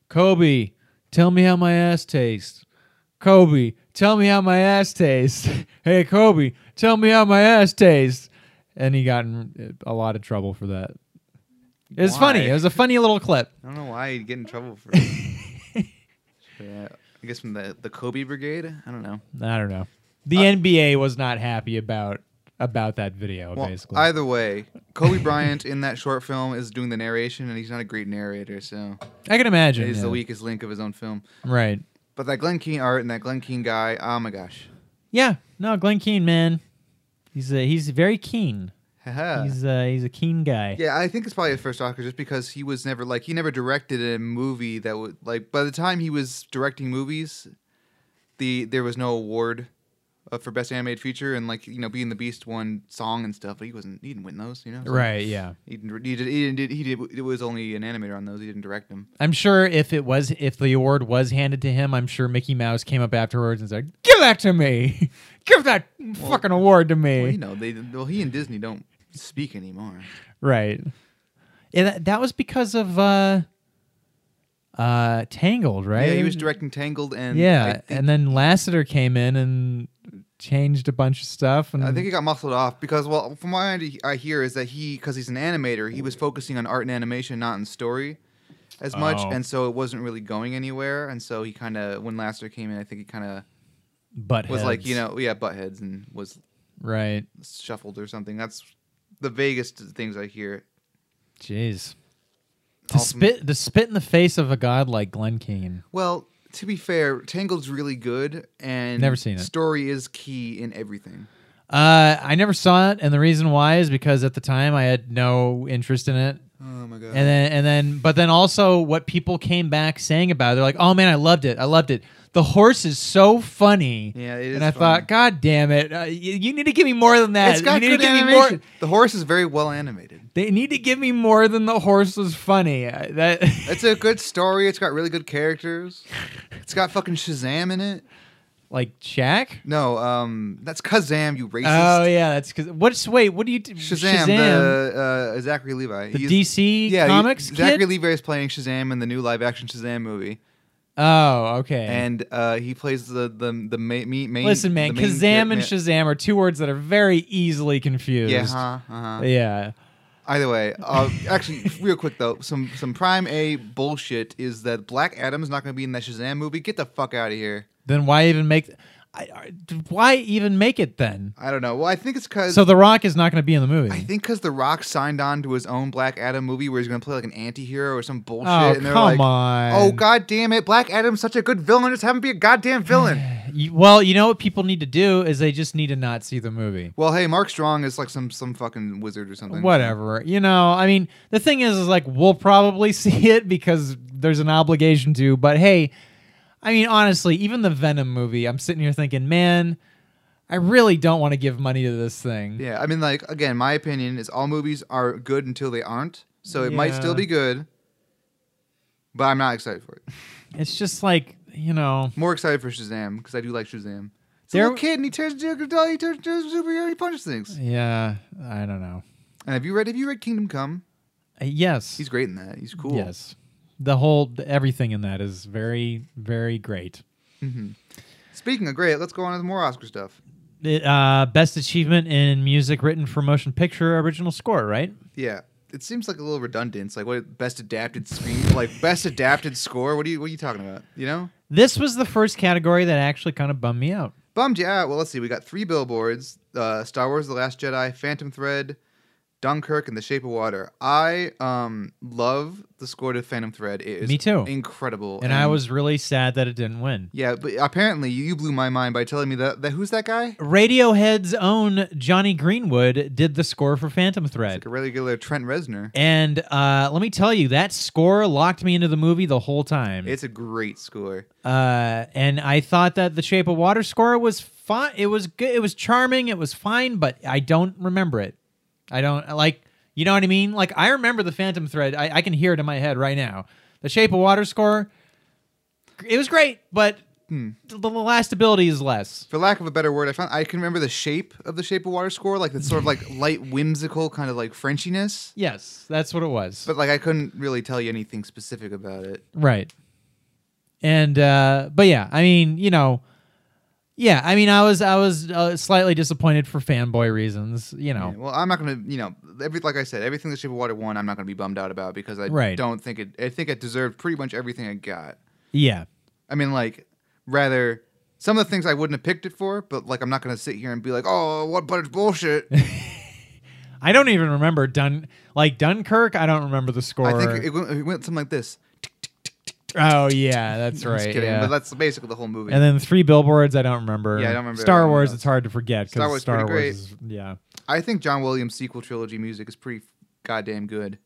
Speaker 2: Kobe tell me how my ass tastes Kobe tell me how my ass tastes [laughs] hey Kobe tell me how my ass tastes and he got in uh, a lot of trouble for that it was funny
Speaker 1: Why?
Speaker 2: it was a funny little clip
Speaker 1: I don't know why he'd get in trouble
Speaker 2: [laughs]
Speaker 1: for. it. yeah, I guess from the the Kobe Brigade. I don't know.
Speaker 2: I don't know the NBA was not happy about about that video
Speaker 1: Well,
Speaker 2: basically
Speaker 1: either way, Kobe Bryant in that short film is doing the narration, and he's not a great narrator, so
Speaker 2: I can imagine
Speaker 1: he's
Speaker 2: yeah.
Speaker 1: the weakest link of his own film.
Speaker 2: right
Speaker 1: But that Glenn Keane art and that Glenn Keane guy, oh my gosh,
Speaker 2: Yeah, no, Glenn Keane, man. He's a, he's very keen.
Speaker 1: haha.
Speaker 2: [laughs] He's a, he's a keen guy.
Speaker 1: Yeah, I think it's probably his first Oscar just because he was never like he never directed a movie that would like by the time he was directing movies, the there was no award uh, for best animated feature and like you know Being the Beast won song and stuff, but he wasn't he didn't win those, you know. So
Speaker 2: Right, yeah.
Speaker 1: He didn't. He, did, he didn't. He did. It was only an animator on those. He didn't direct them.
Speaker 2: I'm sure if it was if the award was handed to him, I'm sure Mickey Mouse came up afterwards and said, "Give that to me. [laughs] Give that fucking award to me."
Speaker 1: Well, you know, they well he and Disney don't speak anymore.
Speaker 2: Right. Yeah, that, that was because of uh uh Tangled, right?
Speaker 1: Yeah, he was directing Tangled and I
Speaker 2: Yeah,
Speaker 1: think-
Speaker 2: and then Lasseter came in and changed a bunch of stuff and
Speaker 1: I think he got muscled off because, well, from what I- I hear is that he, because he's an animator, he was focusing on art and animation, not in story as much,
Speaker 2: Oh.
Speaker 1: and so it wasn't really going anywhere. And so he kind of, when Laster came in, I think he kind of
Speaker 2: but
Speaker 1: was like, you know, yeah, butt heads and was
Speaker 2: right.
Speaker 1: shuffled or something. That's the vaguest things I hear.
Speaker 2: Jeez. To
Speaker 1: Awesome.
Speaker 2: spit the spit in the face of a god like Glen Keane.
Speaker 1: Well, to be fair, Tangled's really good, and
Speaker 2: Never seen it.
Speaker 1: Story is key in everything.
Speaker 2: Uh, I never saw it, and the reason why is because at the time I had no interest in it.
Speaker 1: Oh my god!
Speaker 2: And then and then but then also what people came back saying about it, they're like, Oh man, I loved it. I loved it. The horse is so funny.
Speaker 1: Yeah, it is
Speaker 2: And I
Speaker 1: funny.
Speaker 2: thought, God damn it, uh, you, you need to give me more than that.
Speaker 1: it's got
Speaker 2: you need
Speaker 1: good
Speaker 2: to give
Speaker 1: animation.
Speaker 2: me more.
Speaker 1: The horse is very well animated.
Speaker 2: They need to give me more than the horse was funny. I- That
Speaker 1: It's a good story. It's got really good characters. It's got fucking Shazam in it.
Speaker 2: [laughs] like Shaq.
Speaker 1: No, um, that's Kazam, you
Speaker 2: Oh
Speaker 1: racist.
Speaker 2: yeah, that's because what's wait? What do you do?
Speaker 1: Shazam, the uh, Zachary Levi.
Speaker 2: the
Speaker 1: He's-
Speaker 2: DC
Speaker 1: yeah, he-
Speaker 2: comics
Speaker 1: Zachary
Speaker 2: kid?
Speaker 1: Levi is playing Shazam in the new live-action Shazam movie,
Speaker 2: Oh, okay.
Speaker 1: and uh, he plays the the the ma- me- main.
Speaker 2: Listen, man,
Speaker 1: the main
Speaker 2: Kazam
Speaker 1: char-
Speaker 2: and
Speaker 1: man-
Speaker 2: Shazam are two words that are very easily confused.
Speaker 1: Yeah, uh-huh, uh-huh.
Speaker 2: Yeah.
Speaker 1: Either way, uh, actually, real quick though, some some prime A bullshit is that Black Adam's not going to be in that Shazam movie. Get the fuck out of here.
Speaker 2: Then why even make? I, I- why even make it then?
Speaker 1: I don't know. Well, I think it's because
Speaker 2: So The Rock is not going to be in the movie.
Speaker 1: I think because The Rock signed on to his own Black Adam movie where he's going to play like an anti-hero or some bullshit.
Speaker 2: Oh,
Speaker 1: and they're
Speaker 2: come
Speaker 1: like,
Speaker 2: on.
Speaker 1: Oh god damn it! Black Adam's such a good villain. Just have him be a goddamn villain.
Speaker 2: You- well, you know what people need to do is they just need to not see the movie.
Speaker 1: well, hey, Mark Strong is like some some fucking wizard or something.
Speaker 2: Whatever. You know, I mean, the thing is, is like we'll probably [laughs] see it because there's an obligation to. But hey, I mean, honestly, even the Venom movie, I'm sitting here thinking, man, I really don't want to give money to this thing.
Speaker 1: Yeah, I mean, like again, my opinion is all movies are good until they aren't. So it might still
Speaker 2: Yeah.
Speaker 1: be good, but I'm not excited for it.
Speaker 2: It's just like you know,
Speaker 1: More excited for Shazam because I do like Shazam. It's a
Speaker 2: There-
Speaker 1: little kid and he turns into a doll. He turns into a superhero. He punches things.
Speaker 2: yeah, I don't know.
Speaker 1: And have you read? Have you read Kingdom Come?
Speaker 2: Uh, Yes,
Speaker 1: He's great in that. He's cool.
Speaker 2: yes, the whole everything in that is very, very great.
Speaker 1: Speaking of great, let's go on to the more Oscar stuff.
Speaker 2: It, uh, best achievement in music written for motion picture original score, right?
Speaker 1: Yeah, it seems like a little redundant. It's like what best adapted screen, like best adapted score. What are you? What are you talking about? You know,
Speaker 2: This was the first category that actually kind of bummed me out.
Speaker 1: bummed you out. Well, let's see. We got three billboards: uh, Star Wars: The Last Jedi, Phantom Thread, Dunkirk, and The Shape of Water. I um love the score to Phantom Thread. It is
Speaker 2: Me too.
Speaker 1: Incredible.
Speaker 2: And I was really sad that it didn't win.
Speaker 1: yeah, but apparently you blew my mind by telling me that, that who's that guy?
Speaker 2: Radiohead's own Johnny Greenwood did the score for Phantom Thread.
Speaker 1: Like a regular Trent Reznor.
Speaker 2: And uh, let me tell you, that score locked me into the movie the whole time.
Speaker 1: It's a great score.
Speaker 2: uh, and I thought that the Shape of Water score was fine. It was good. It was charming. It was fine, but I don't remember it. I don't like. You know what I mean? Like I remember the Phantom Thread. I, I can hear it in my head right now. The Shape of Water score. It was great, but the, the last ability is less.
Speaker 1: For lack of a better word, I found I can remember the shape of the Shape of Water score, like it's sort of
Speaker 2: [laughs]
Speaker 1: like light whimsical kind of like Frenchiness.
Speaker 2: Yes, that's what it was.
Speaker 1: But like I couldn't really tell you anything specific about it.
Speaker 2: Right. And uh but yeah, I mean, you know, yeah, I mean, I was I was uh, slightly disappointed for fanboy reasons, you know.
Speaker 1: Well, I'm not gonna, you know, every like I said, everything the Shape of Water won, I'm not gonna be bummed out about because I
Speaker 2: Right.
Speaker 1: don't think it. I think it deserved pretty much everything it got.
Speaker 2: Yeah.
Speaker 1: I mean, like rather some of the things I wouldn't have picked it for, but like I'm not gonna sit here and be like, oh, what, but it's
Speaker 2: [laughs]
Speaker 1: bullshit.
Speaker 2: I don't even remember Dun like Dunkirk, I don't remember the score.
Speaker 1: I think it went, it went something like this.
Speaker 2: oh yeah,
Speaker 1: [laughs]
Speaker 2: that's
Speaker 1: I'm just
Speaker 2: right.
Speaker 1: kidding,
Speaker 2: yeah.
Speaker 1: but that's basically the whole movie.
Speaker 2: and then three billboards, I don't remember.
Speaker 1: Yeah, I don't remember
Speaker 2: Star
Speaker 1: anything
Speaker 2: Wars,
Speaker 1: else.
Speaker 2: it's hard to forget
Speaker 1: Star
Speaker 2: because
Speaker 1: Wars
Speaker 2: Star
Speaker 1: pretty
Speaker 2: Wars
Speaker 1: great.
Speaker 2: is yeah.
Speaker 1: I think John Williams' sequel trilogy music is pretty goddamn good.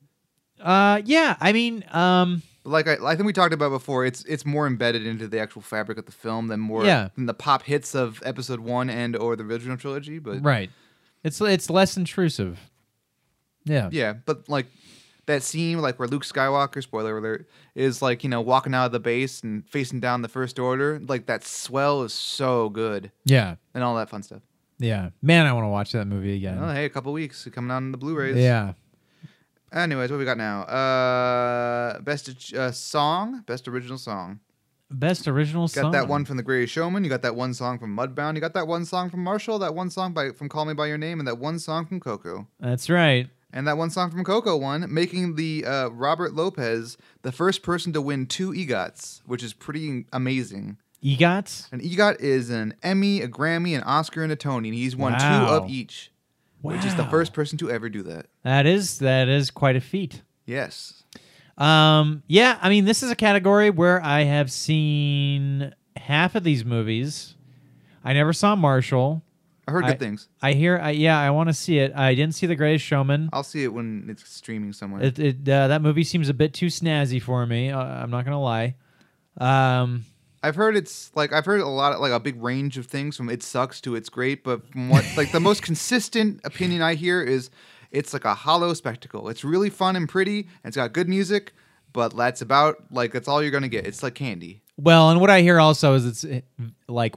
Speaker 2: Uh yeah, I mean, um
Speaker 1: But like I, I think we talked about before, it's it's more embedded into the actual fabric of the film than more
Speaker 2: Yeah.
Speaker 1: than the pop hits of episode one and or the original trilogy. But
Speaker 2: right. It's it's less intrusive. Yeah.
Speaker 1: yeah, but like that scene like where Luke Skywalker, spoiler alert, is like, you know, walking out of the base and facing down the first order, like that swell is so good.
Speaker 2: Yeah.
Speaker 1: And all that fun stuff.
Speaker 2: Yeah. Man, I want to watch that movie again.
Speaker 1: Oh hey, a couple weeks coming out on the Blu-rays.
Speaker 2: Yeah.
Speaker 1: Anyways, what we got now? Uh, best uh, song, best original song.
Speaker 2: Best original
Speaker 1: Got
Speaker 2: song.
Speaker 1: that one from The Greatest Showman. You got that one song from Mudbound. You got that one song from Marshall. That one song by from Call Me by Your Name, and that one song from Coco.
Speaker 2: That's right.
Speaker 1: And that one song from Coco won, making the uh, Robert Lopez the first person to win two EGOTs, which is pretty amazing.
Speaker 2: EGOTs.
Speaker 1: An EGOT is an Emmy, a Grammy, an Oscar, and a Tony, and he's won two
Speaker 2: Wow.
Speaker 1: of each, which is the
Speaker 2: Wow.
Speaker 1: first person to ever do that.
Speaker 2: That is that is quite a feat.
Speaker 1: Yes.
Speaker 2: Um, yeah, I mean, this is a category where I have seen half of these movies. I never saw Marshall.
Speaker 1: I heard good
Speaker 2: I-
Speaker 1: things.
Speaker 2: I hear. I, yeah, I want to see it. I didn't see The Greatest Showman.
Speaker 1: I'll see it when it's streaming somewhere.
Speaker 2: It, it uh, that movie seems a bit too snazzy for me. Uh, I'm not gonna lie. Um,
Speaker 1: I've heard it's like I've heard a lot of like a big range of things from it sucks to it's great, but from what like the most consistent opinion I hear is it's like a hollow spectacle. It's really fun and pretty, and it's got good music, but that's about like that's all you're gonna get. It's like candy.
Speaker 2: Well, and what I hear also is it's eh, like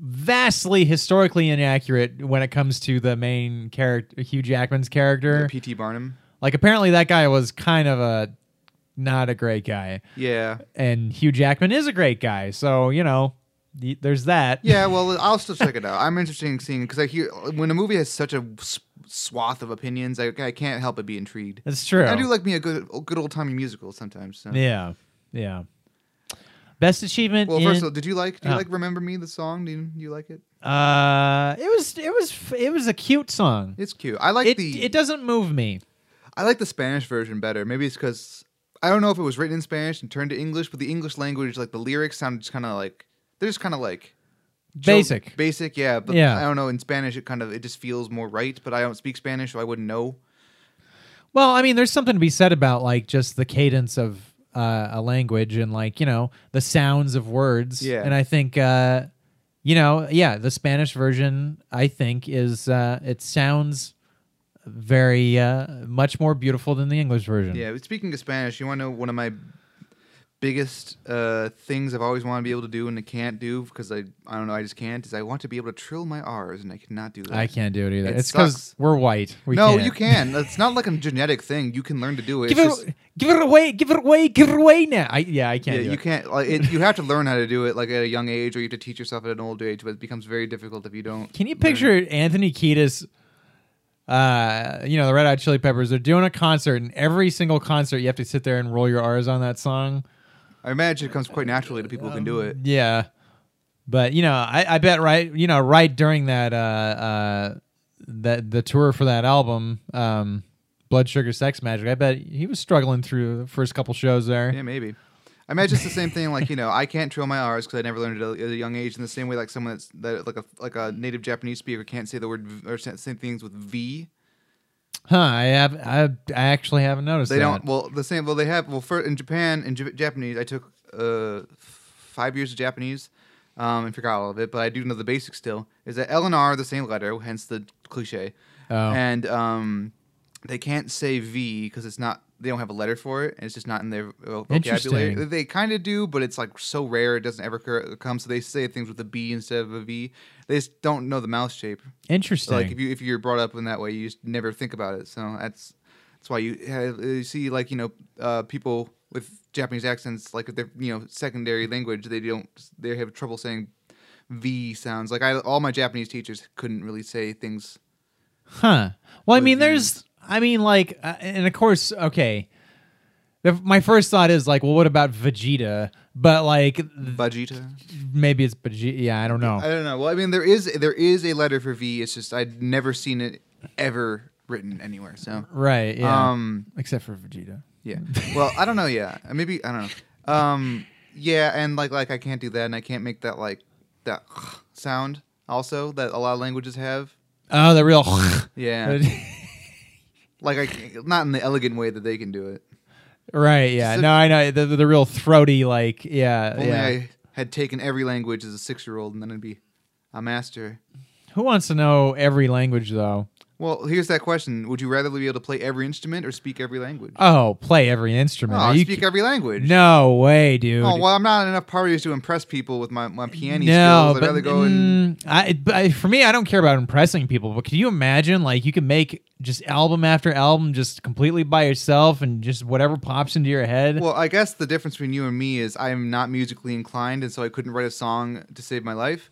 Speaker 2: vastly historically inaccurate when it comes to the main character, Hugh Jackman's character.
Speaker 1: P.T. Barnum.
Speaker 2: Like apparently that guy was kind of a not a great guy,
Speaker 1: Yeah,
Speaker 2: and Hugh Jackman is a great guy. So you know, y- there's that.
Speaker 1: Yeah, well, I'll still check it out. I'm interested in seeing because I hear when a movie has such a s- swath of opinions, I, I can't help but be intrigued.
Speaker 2: that's true.
Speaker 1: I do like me a good good old timey musical sometimes. So.
Speaker 2: Yeah, yeah. Best achievement.
Speaker 1: Well,
Speaker 2: in,
Speaker 1: first of all, did you like? Do you
Speaker 2: Oh.
Speaker 1: like "Remember Me"? The song? Do you, do you like it?
Speaker 2: uh, it was it was f- it was a cute song.
Speaker 1: It's cute. I like
Speaker 2: It
Speaker 1: the
Speaker 2: it doesn't move me.
Speaker 1: I like the Spanish version better. Maybe it's because I don't know if it was written in Spanish and turned to English, but the English language, like the lyrics, sound just kind of like they're just kind of like chil-
Speaker 2: Basic.
Speaker 1: basic. Yeah, but
Speaker 2: Yeah.
Speaker 1: I don't know. In Spanish, it kind of it just feels more right. But I don't speak Spanish, so I wouldn't know.
Speaker 2: Well, I mean, there's something to be said about like just the cadence of uh, a language and like you know the sounds of words.
Speaker 1: Yeah.
Speaker 2: And I think, uh, you know, yeah, the Spanish version I think is uh, it sounds very uh, much more beautiful than the English version.
Speaker 1: Yeah, but speaking of Spanish, you want to know one of my biggest uh, things I've always wanted to be able to do and I can't do because I I don't know I just can't is I want to be able to trill my R's and I cannot do that.
Speaker 2: I can't do it either.
Speaker 1: It
Speaker 2: it's because
Speaker 1: sucks.
Speaker 2: we're white. We
Speaker 1: no,
Speaker 2: can't.
Speaker 1: you can. It's not like a genetic thing. You can learn to do it.
Speaker 2: [laughs] Give it,
Speaker 1: It's just-
Speaker 2: give it away. Give it away. Give it away now. I, yeah, I can't.
Speaker 1: yeah,
Speaker 2: do
Speaker 1: you
Speaker 2: it.
Speaker 1: can't. Like, it, you
Speaker 2: [laughs]
Speaker 1: have to learn how to do it, like at a young age, or you have to teach yourself at an old age. But it becomes very difficult if you don't.
Speaker 2: Can you picture Anthony Kiedis? Uh, you know the Red Hot Chili Peppers. They're doing a concert, and every single concert, you have to sit there and roll your R's on that song.
Speaker 1: I imagine it comes quite naturally to people who can do it.
Speaker 2: Yeah, but you know, I, I bet right. You know, right during that uh, uh, that the tour for that album, um, Blood Sugar Sex Magic. I bet he was struggling through the first couple shows there.
Speaker 1: Yeah, maybe. I imagine it's the same thing. Like you know, I can't trill my R's because I never learned it at a- at a young age. In the same way, like someone that's that like a like a native Japanese speaker can't say the word v- or say same things with V.
Speaker 2: Huh? I have. I, I actually haven't noticed.
Speaker 1: They
Speaker 2: that.
Speaker 1: don't. Well, the same. Well, they have. Well, for in Japan, in J- Japanese, I took uh, f- five years of Japanese, um, and forgot all of it. But I do know the basics still. Is that L and R are the same letter, hence the cliche.
Speaker 2: Oh.
Speaker 1: And um, they can't say V because it's not. They don't have a letter for it, and it's just not in their vo- vocabulary.
Speaker 2: Interesting.
Speaker 1: They kind of do, but it's like so rare it doesn't ever occur- come. So they say things with a B instead of a V. They just don't know the mouth shape.
Speaker 2: Interesting.
Speaker 1: Like if you if you're brought up in that way, you just never think about it. So that's that's why you have, you see like you know uh, people with Japanese accents like if they're you know secondary language they don't they have trouble saying v sounds. Like I all my Japanese teachers couldn't really say things.
Speaker 2: Huh. Well, I
Speaker 1: with
Speaker 2: mean, there's, I mean, like, uh, and of course, okay. The, my first thought is like, well, what about Vegeta? But like, th-
Speaker 1: Vegeta.
Speaker 2: maybe it's Vegeta. Yeah, I don't know.
Speaker 1: I don't know. Well, I mean there is there is a letter for v. It's just I'd never seen it ever written anywhere. So
Speaker 2: right. Yeah.
Speaker 1: um.
Speaker 2: Except for Vegeta. [laughs]
Speaker 1: Yeah. Well, I don't know. Yeah. Uh, Maybe I don't know. Um. Yeah, and like like I can't do that, and I can't make that like that [sniffs] sound also that a lot of languages have.
Speaker 2: Oh, the real.
Speaker 1: [laughs] Yeah. like I can't- not in the elegant way that they can do it.
Speaker 2: [laughs] right. Yeah.
Speaker 1: Just a-
Speaker 2: No, I know the, the real throaty. Like, yeah,
Speaker 1: If only
Speaker 2: yeah.
Speaker 1: I had taken every language as a six year old, and then I'd be a master.
Speaker 2: Who wants to know every language though?
Speaker 1: Well, here's that question: Would you rather be able to play every instrument or speak every language?
Speaker 2: Oh, play every
Speaker 1: Oh,
Speaker 2: instrument. Are
Speaker 1: I
Speaker 2: you
Speaker 1: speak
Speaker 2: ki-
Speaker 1: every language.
Speaker 2: no way, dude.
Speaker 1: Oh well, I'm not in enough parties to impress people with my my piano skills. I'd rather go and
Speaker 2: mm, I, but I- for me, I don't care about impressing people. But can you imagine, like, you can make just album after album, just completely by yourself, and just whatever pops into your
Speaker 1: [laughs]
Speaker 2: head.
Speaker 1: Well, I guess the difference between you and me is I am not musically inclined, and so I couldn't write a song to save my life.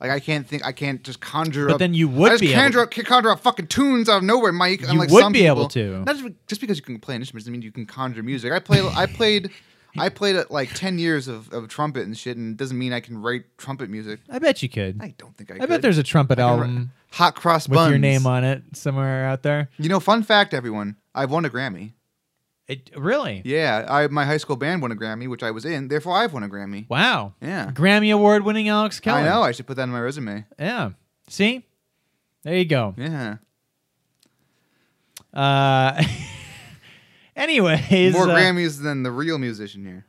Speaker 1: Like I can't think, I can't just conjure
Speaker 2: But
Speaker 1: up.
Speaker 2: then you would
Speaker 1: I just
Speaker 2: be able
Speaker 1: conjure, up, conjure up fucking tunes out of nowhere, Mike.
Speaker 2: You
Speaker 1: unlike
Speaker 2: would
Speaker 1: some
Speaker 2: be able
Speaker 1: people.
Speaker 2: to.
Speaker 1: Not just, just because you can play an instrument doesn't mean you can conjure music. I play, I played, I played uh, like ten years of, of trumpet and shit, and it doesn't mean I can write trumpet music.
Speaker 2: I bet you could. I,
Speaker 1: I don't think I.
Speaker 2: bet there's a trumpet
Speaker 1: I can write-
Speaker 2: album
Speaker 1: hot cross
Speaker 2: with
Speaker 1: buns
Speaker 2: your name on it somewhere out there.
Speaker 1: You know, fun fact, everyone. I've won a Grammy.
Speaker 2: It, really?
Speaker 1: Yeah, I my high school band won a Grammy, which I was in. Therefore, I've won a Grammy.
Speaker 2: Wow.
Speaker 1: Yeah.
Speaker 2: Grammy award winning Alex Kelly.
Speaker 1: I know. I should put that on my resume.
Speaker 2: Yeah. See, there you go.
Speaker 1: Yeah.
Speaker 2: Uh, [laughs] anyways,
Speaker 1: More
Speaker 2: uh,
Speaker 1: Grammys than the real musician here,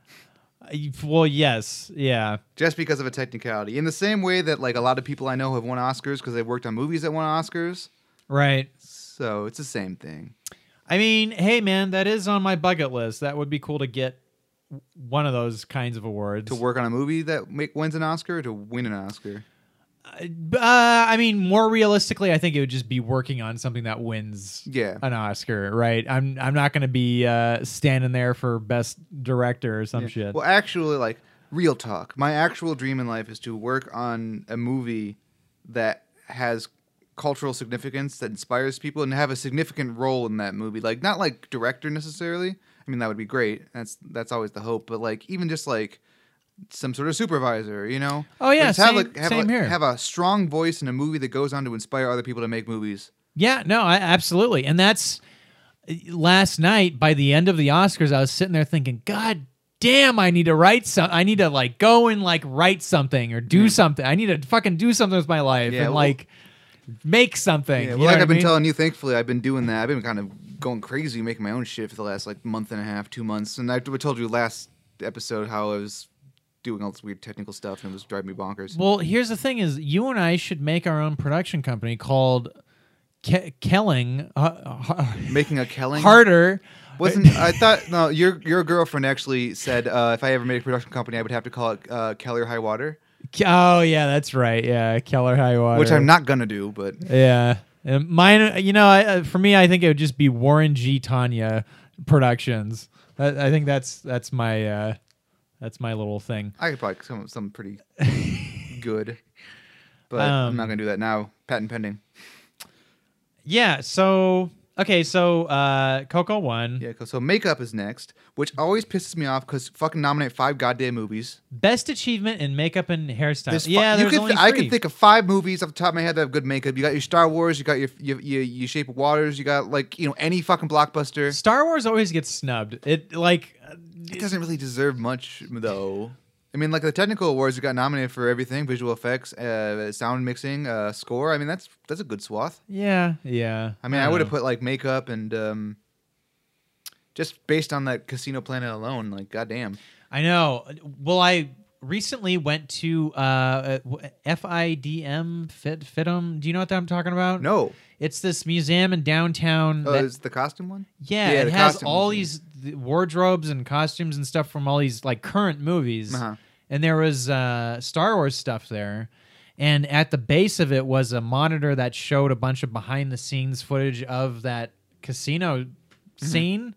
Speaker 2: Well, yes, yeah.
Speaker 1: just because of a technicality. In the same way that like a lot of people I know have won Oscars because they worked on movies that won Oscars.
Speaker 2: Right.
Speaker 1: So it's the same thing.
Speaker 2: I mean, hey man, that is on my bucket list. That would be cool to get w- one of those kinds of awards.
Speaker 1: To work on a movie that make, wins an Oscar, to win an Oscar.
Speaker 2: Uh, b- uh, I mean, more realistically, I think it would just be working on something that wins
Speaker 1: Yeah.
Speaker 2: an Oscar, right? I'm I'm not going to be uh, standing there for best director or some
Speaker 1: Yeah.
Speaker 2: shit.
Speaker 1: Well, actually, like real talk. My actual dream in life is to work on a movie that has cultural significance that inspires people and have a significant role in that movie. Like not like director necessarily. I mean that would be great. That's that's always the hope, but like even just like some sort of supervisor, you know?
Speaker 2: Oh, yeah,
Speaker 1: But just have
Speaker 2: same-
Speaker 1: like have,
Speaker 2: same
Speaker 1: like,
Speaker 2: here.
Speaker 1: have a strong voice in a movie that goes on to inspire other people to make movies.
Speaker 2: Yeah, no, I, absolutely. And that's last night by the end of the Oscars, I was sitting there thinking, God damn, I need to write some. I need to like go and like write something or do something. I need to fucking do something with my life
Speaker 1: Yeah,
Speaker 2: and
Speaker 1: well-
Speaker 2: like make something.
Speaker 1: Yeah,
Speaker 2: You
Speaker 1: well,
Speaker 2: know
Speaker 1: like
Speaker 2: what
Speaker 1: I've been
Speaker 2: I mean?
Speaker 1: telling you, thankfully, I've been doing that. I've been kind of going crazy making my own shit for the last like month and a half, two months. And I I told you last episode how I was doing all this weird technical stuff and it was driving me bonkers.
Speaker 2: Well, here's the thing: is you and I should make our own production company called Ke- Kelling uh, Har-
Speaker 1: Making a Kelling
Speaker 2: Harder.
Speaker 1: wasn't. I thought no. Your your girlfriend actually said uh, if I ever made a production company, I would have to call it uh, Kelly or High Water,
Speaker 2: Oh yeah, that's right. Yeah, Keller High Water.
Speaker 1: which I'm not gonna do. But
Speaker 2: Yeah. And mine, you know, I, uh, for me, I think it would just be Warren G. Tanya Productions. I, I think that's that's my uh, that's my little thing.
Speaker 1: I could probably come up with something
Speaker 2: [laughs]
Speaker 1: pretty good. But I'm
Speaker 2: Um,
Speaker 1: not gonna do that now. Patent pending.
Speaker 2: Yeah. So okay. So uh, Coco won
Speaker 1: Yeah. So makeup is next, which always pisses me off because fucking nominate five goddamn movies.
Speaker 2: best achievement in makeup and hairstyle.
Speaker 1: There's fi-
Speaker 2: Uh, yeah.
Speaker 1: you
Speaker 2: There's
Speaker 1: could,
Speaker 2: only
Speaker 1: I
Speaker 2: three.
Speaker 1: can think of five movies off the top of my head that have good makeup. You got your Star Wars, you got your your, your, your Shape of Waters, you got like you know any fucking blockbuster.
Speaker 2: Star Wars always gets snubbed. It like uh,
Speaker 1: It doesn't really deserve much though. I mean, like the technical awards, you got nominated for everything: visual effects, uh, sound mixing, uh, score. I mean, that's that's a good swath.
Speaker 2: yeah yeah.
Speaker 1: I mean, I, would have
Speaker 2: don't
Speaker 1: put like makeup and um, just based on that Casino Planet alone, like goddamn.
Speaker 2: know. I know. Well, I recently went to uh, uh, FIDM Fit Fitum. Do you know what I'm talking about?
Speaker 1: No,
Speaker 2: It's this museum in downtown.
Speaker 1: oh,
Speaker 2: that-
Speaker 1: is the costume one?
Speaker 2: yeah,
Speaker 1: yeah,
Speaker 2: it
Speaker 1: the
Speaker 2: has
Speaker 1: costume
Speaker 2: all these
Speaker 1: museum.
Speaker 2: th- wardrobes and costumes and stuff from all these like current movies.
Speaker 1: Uh-huh.
Speaker 2: And there was uh, Star Wars stuff there. And at the base of it was a monitor that showed a bunch of behind the scenes footage of that casino
Speaker 1: Mm-hmm.
Speaker 2: scene.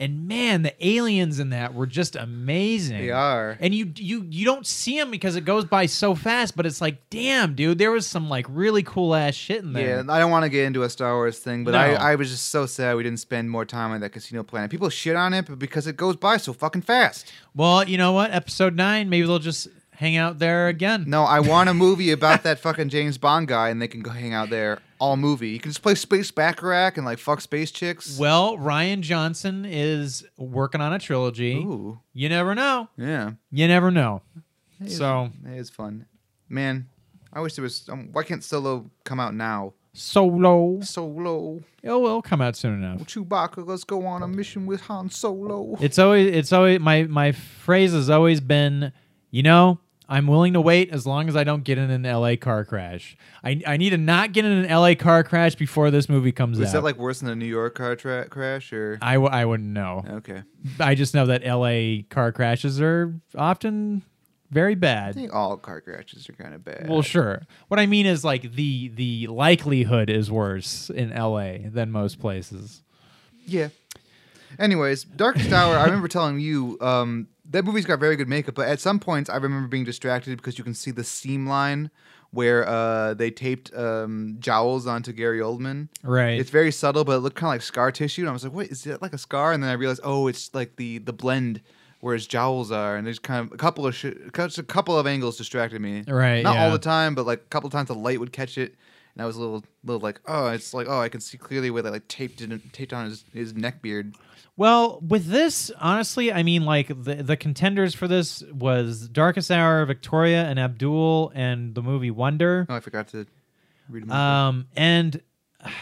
Speaker 2: And man, the aliens in that were just amazing.
Speaker 1: They are.
Speaker 2: And you you you don't see them because it goes by so fast, but it's like, damn, dude, there was some like really cool ass shit in there.
Speaker 1: Yeah, I don't want to get into a Star Wars thing, but
Speaker 2: No.
Speaker 1: I, I was just so sad we didn't spend more time on that Casino Planet. People shit on it, but because it goes by so fucking fast.
Speaker 2: Well, you know what? Episode nine, maybe they'll just hang out there again.
Speaker 1: No, I want a movie about that fucking James Bond guy, and they can go hang out there all movie. You can just play space baccarat and like fuck space chicks.
Speaker 2: Well, Ryan Johnson is working on a trilogy.
Speaker 1: Ooh,
Speaker 2: You never know.
Speaker 1: yeah,
Speaker 2: You never know.
Speaker 1: That is-
Speaker 2: So
Speaker 1: that is fun, man. I wish there was. Um, why can't Solo come out now?
Speaker 2: solo,
Speaker 1: Solo,
Speaker 2: it will come out soon enough.
Speaker 1: Chewbacca, let's go on a mission with Han Solo.
Speaker 2: It's always, it's always my my phrase has always been, you know, I'm willing to wait as long as I don't get in an L.A. car crash. I I need to not get in an L.A. car crash before this movie comes
Speaker 1: Was
Speaker 2: out.
Speaker 1: that like worse than a New York car tra- crash or?
Speaker 2: I, w- I wouldn't know.
Speaker 1: Okay.
Speaker 2: I just know that LA car crashes are often very
Speaker 1: I
Speaker 2: bad.
Speaker 1: think all car crashes are kind of bad.
Speaker 2: Well, sure. What I mean is like the the likelihood is worse in LA than most places.
Speaker 1: yeah. Anyways, Darkest Hour. I remember telling you um, that movie's got very good makeup, but at some points I remember being distracted because you can see the seam line where uh, they taped um, jowls onto Gary Oldman.
Speaker 2: Right.
Speaker 1: It's very subtle, but it looked kind of like scar tissue, and I was like, "Wait, is it like a scar?" And then I realized, oh, it's like the the blend where his jowls are, and there's kind of a couple of sh- a couple of angles distracted me.
Speaker 2: Right,
Speaker 1: Not all
Speaker 2: yeah.
Speaker 1: the time, but like a couple times the light would catch it, and I was a little little like, oh, it's like oh, I can see clearly where they like taped it taped on his his neck beard.
Speaker 2: well, with this, honestly, I mean like the the contenders for this was Darkest Hour, Victoria and Abdul and the movie Wonder.
Speaker 1: Oh, I forgot to read him.
Speaker 2: Um and [sighs]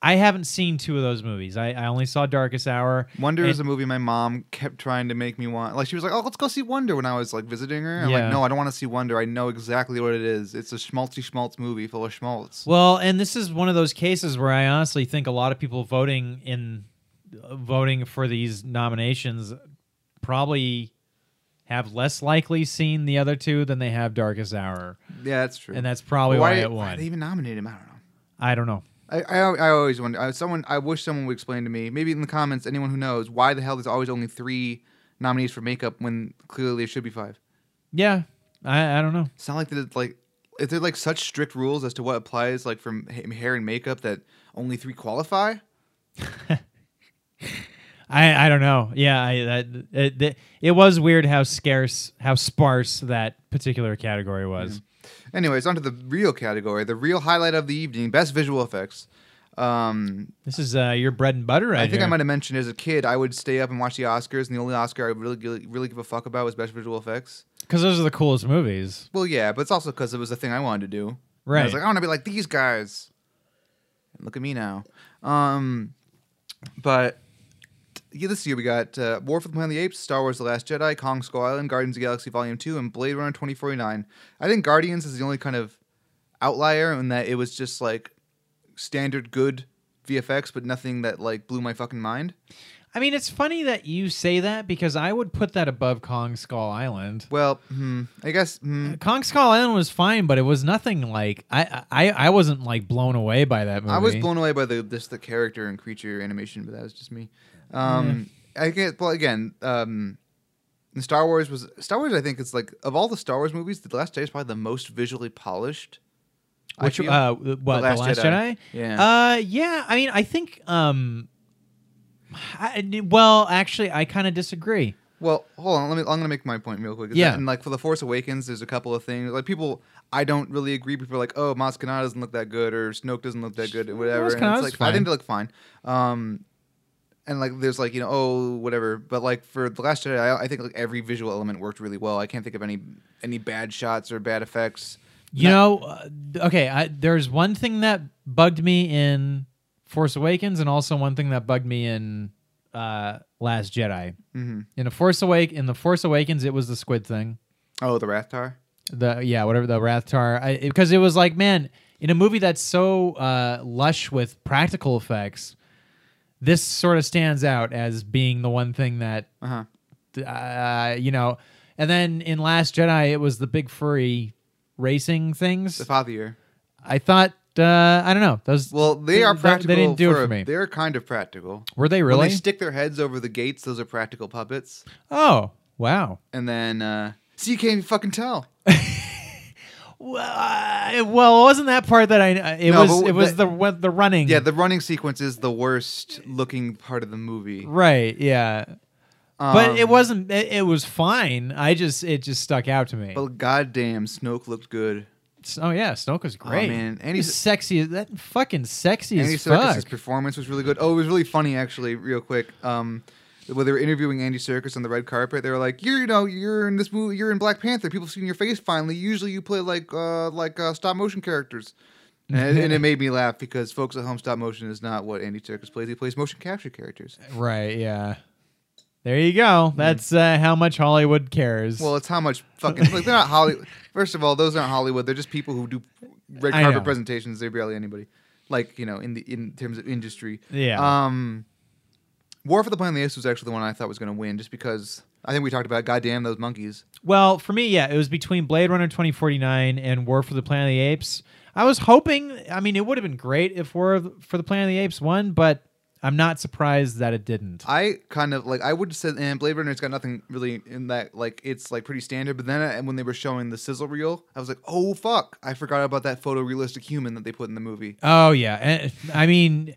Speaker 2: I haven't seen two of those movies. I, I only saw Darkest Hour.
Speaker 1: Wonder
Speaker 2: and-
Speaker 1: is a movie my mom kept trying to make me want. Like she was like, "Oh, let's go see Wonder." When I was like visiting her, I'm
Speaker 2: Yeah.
Speaker 1: like, "No, I don't want to see Wonder. I know exactly what it is. It's a schmaltzy schmaltz movie full of schmaltz."
Speaker 2: Well, and this is one of those cases where I honestly think a lot of people voting in voting for these nominations probably have less likely seen the other two than they have Darkest Hour,
Speaker 1: Yeah, that's true.
Speaker 2: and that's probably why, it
Speaker 1: Why they
Speaker 2: won.
Speaker 1: even nominated him? I don't know.
Speaker 2: I don't know.
Speaker 1: I, I, I always wonder. I, someone I wish someone would explain to me, maybe in the comments, anyone who knows, why the hell there's always only three nominees for makeup when clearly it should be five.
Speaker 2: Yeah, I, I don't know.
Speaker 1: It's not like that. It's like is there like such strict rules as to what applies like from ha- hair and makeup that only three qualify?
Speaker 2: I, I don't know. Yeah, I, that, it, it, it was weird how scarce, how sparse that particular category was.
Speaker 1: Anyways, onto the real category, the real highlight of the evening, best visual effects. Um,
Speaker 2: This is uh, your bread and butter, right
Speaker 1: I think I
Speaker 2: here.
Speaker 1: might have mentioned as a kid, I would stay up and watch the Oscars, and the only Oscar I really, really, really give a fuck about was best visual effects.
Speaker 2: because those are the coolest movies.
Speaker 1: Well, yeah, but it's also because it was the thing I wanted to do. And I
Speaker 2: Right.
Speaker 1: was like, I want to be like these guys. And look at me now. Um, but yeah, this year we got uh, War for the Planet of the Apes, Star Wars: The Last Jedi, Kong Skull Island, Guardians of the Galaxy Volume Two, and Blade Runner 2049. I think Guardians is the only kind of outlier in that it was just like standard good VFX, but nothing that like blew my fucking mind.
Speaker 2: I mean, it's funny that you say that because I would put that above Kong Skull Island.
Speaker 1: Well, hmm, I guess hmm,
Speaker 2: Kong Skull Island was fine, but it was nothing like I I, I wasn't like blown away by that movie.
Speaker 1: I was blown away by the just the character and creature animation, but that was just me. Um, I get well again. Um, the Star Wars was Star Wars. I think it's like of all the Star Wars movies, the Last Jedi is probably the most visually polished. I
Speaker 2: Which
Speaker 1: feel.
Speaker 2: uh, what the Last, Jedi?
Speaker 1: Yeah.
Speaker 2: Uh, yeah. I mean, I think um, I, well, actually, I kind of disagree.
Speaker 1: well, hold on. Let me. I'm gonna make my point real quick.
Speaker 2: Yeah.
Speaker 1: and like for the Force Awakens, there's a couple of things like people. I don't really agree. People are like, "Oh, Maz Kanata doesn't look that good," or "Snoke doesn't look that good," or whatever. And
Speaker 2: Maz
Speaker 1: it's
Speaker 2: Kanata's
Speaker 1: like I
Speaker 2: fine.
Speaker 1: think they look fine. Um, and like there's like you know oh whatever but like for the last jedi I, I think like every visual element worked really well i can't think of any any bad shots or bad effects
Speaker 2: You know, uh, okay. I, there's one thing that bugged me in Force Awakens, and also one thing that bugged me in uh, Last Jedi.
Speaker 1: Mhm.
Speaker 2: In the Force Awake, in the Force Awakens, it was the squid thing.
Speaker 1: oh the Rathtar.
Speaker 2: the yeah whatever the Rathtar because it, was like man in a movie that's so uh, lush with practical effects this sort of stands out as being the one thing that
Speaker 1: uh-huh
Speaker 2: uh, you know and then in Last Jedi it was the big furry racing
Speaker 1: the
Speaker 2: things
Speaker 1: father
Speaker 2: I thought uh, I don't know those
Speaker 1: well they
Speaker 2: They-
Speaker 1: are
Speaker 2: they- they
Speaker 1: practical
Speaker 2: didn't do it
Speaker 1: for
Speaker 2: for me.
Speaker 1: they're kind of practical
Speaker 2: were they
Speaker 1: when
Speaker 2: really
Speaker 1: they stick their heads over the gates those are practical puppets
Speaker 2: oh wow
Speaker 1: and then uh see you can't even fucking tell
Speaker 2: well, uh, well it wasn't that part that I uh, it
Speaker 1: No,
Speaker 2: was
Speaker 1: but
Speaker 2: it was
Speaker 1: the-
Speaker 2: the the, the running
Speaker 1: yeah the running sequence is the worst looking part of the movie
Speaker 2: right yeah
Speaker 1: um,
Speaker 2: but it wasn't it, it was fine i just it just stuck out to me
Speaker 1: but goddamn snoke looked good
Speaker 2: S- oh yeah snoke was great
Speaker 1: man, and
Speaker 2: he's
Speaker 1: he's-
Speaker 2: sexy as- that fucking sexy
Speaker 1: Andy
Speaker 2: as fuck
Speaker 1: Serkis's performance was really good. Oh, it was really funny actually. Real quick, um, when they were interviewing Andy Serkis on the red carpet, they were like, "You're, you know, you're in this movie. You're in Black Panther. People have seen your face finally. Usually, you play like, uh, like uh, stop motion characters." And,
Speaker 2: [laughs]
Speaker 1: and it made me laugh because folks at home, stop motion is not what Andy Serkis plays. He plays motion capture characters.
Speaker 2: right yeah there you go that's uh, how much hollywood cares
Speaker 1: Well, it's how much fucking like they're
Speaker 2: [laughs]
Speaker 1: not Hollywood. First of all, those aren't Hollywood. They're just people who do red
Speaker 2: I
Speaker 1: carpet
Speaker 2: know.
Speaker 1: presentations. They're barely anybody. Like you know, in the in terms of industry.
Speaker 2: Yeah.
Speaker 1: Um, War for the Planet of the Apes was actually the one I thought was going to win, just because I think we talked about goddamn those monkeys.
Speaker 2: well for me yeah it was between blade runner 2049 and war for the planet of the apes i was hoping i mean it would have been great if war for the planet of the apes won but i'm not surprised that it didn't
Speaker 1: I kind of like I would have said, and Blade Runner's got nothing really in that. Like it's like pretty standard. But then uh, when they were showing the sizzle reel, I was like, oh fuck, I forgot about that photorealistic human that they put in the movie.
Speaker 2: Oh yeah, and, I mean,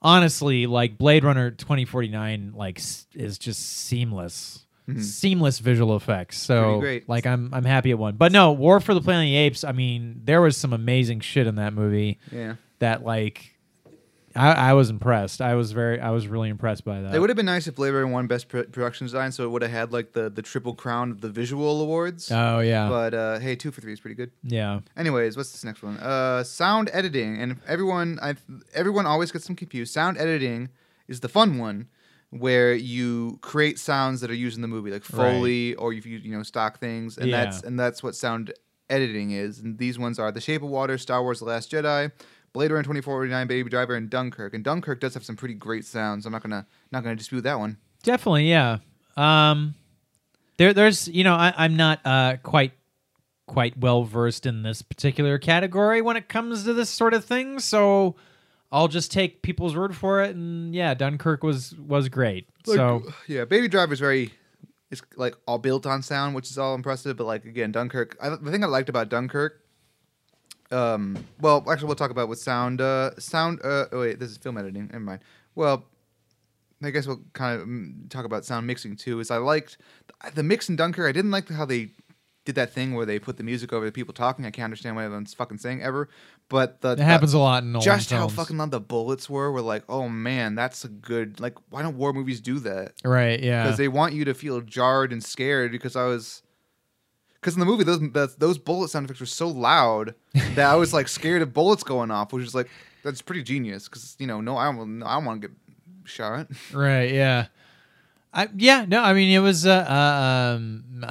Speaker 2: honestly, like Blade Runner twenty forty nine, like s- is just seamless, seamless visual effects. So
Speaker 1: Mm-hmm. Pretty great.
Speaker 2: like, I'm I'm happy it won. But no, War for the Planet of the Apes. I mean, there was some amazing shit in that movie.
Speaker 1: Yeah.
Speaker 2: That like, I, I was impressed. I was very, I was really impressed by that.
Speaker 1: It would have been nice if Blade Runner won Best Pro- Production Design, so it would have had like the, the triple crown of the visual awards.
Speaker 2: oh yeah,
Speaker 1: But uh, hey, two for three is pretty good.
Speaker 2: yeah.
Speaker 1: Anyways, what's this next one? Uh, sound editing, and everyone, I everyone always gets them confused. Sound editing is the fun one, where you create sounds that are used in the movie, like foley, or if you you know stock things, and
Speaker 2: Yeah.
Speaker 1: that's and that's what sound editing is. And these ones are The Shape of Water, Star Wars: The Last Jedi, Blade Runner 2049, Baby Driver, and Dunkirk. And Dunkirk does have some pretty great sounds. I'm not gonna not gonna dispute that one.
Speaker 2: Definitely, yeah. Um, there, there's, you know, I, I'm not uh, quite, quite well versed in this particular category when it comes to this sort of thing. So I'll just take
Speaker 1: uh,
Speaker 2: people's word for it. And yeah, Dunkirk was was great. so
Speaker 1: yeah, Baby Driver is very It's like all built on sound, which is all impressive. But like again, Dunkirk. I, the thing I liked about Dunkirk. Um. Well, actually, we'll talk about with sound. Uh, sound. Uh. Oh wait, this is film editing. Never mind. Well, I guess we'll kind of mm, talk about sound mixing too. Is I liked the mix in Dunkirk. I didn't like how they did that thing where they put the music over the people talking. I can't understand what everyone's fucking saying ever. But the
Speaker 2: It happens a lot in all
Speaker 1: just how
Speaker 2: films.
Speaker 1: fucking loud the bullets were. We're like, oh man, that's a good. Like, why don't war movies do that?
Speaker 2: right. Yeah.
Speaker 1: Because they want you to feel jarred and scared. Because I was, because in the movie those that, those bullet sound effects were so
Speaker 2: [laughs]
Speaker 1: loud that I was like scared of bullets going off, which is like that's pretty genius. Because you know, no, I don't, no, I don't want to get
Speaker 2: [laughs]
Speaker 1: shot.
Speaker 2: Right. Yeah. I, yeah. No. I mean, it was. Uh, uh, um,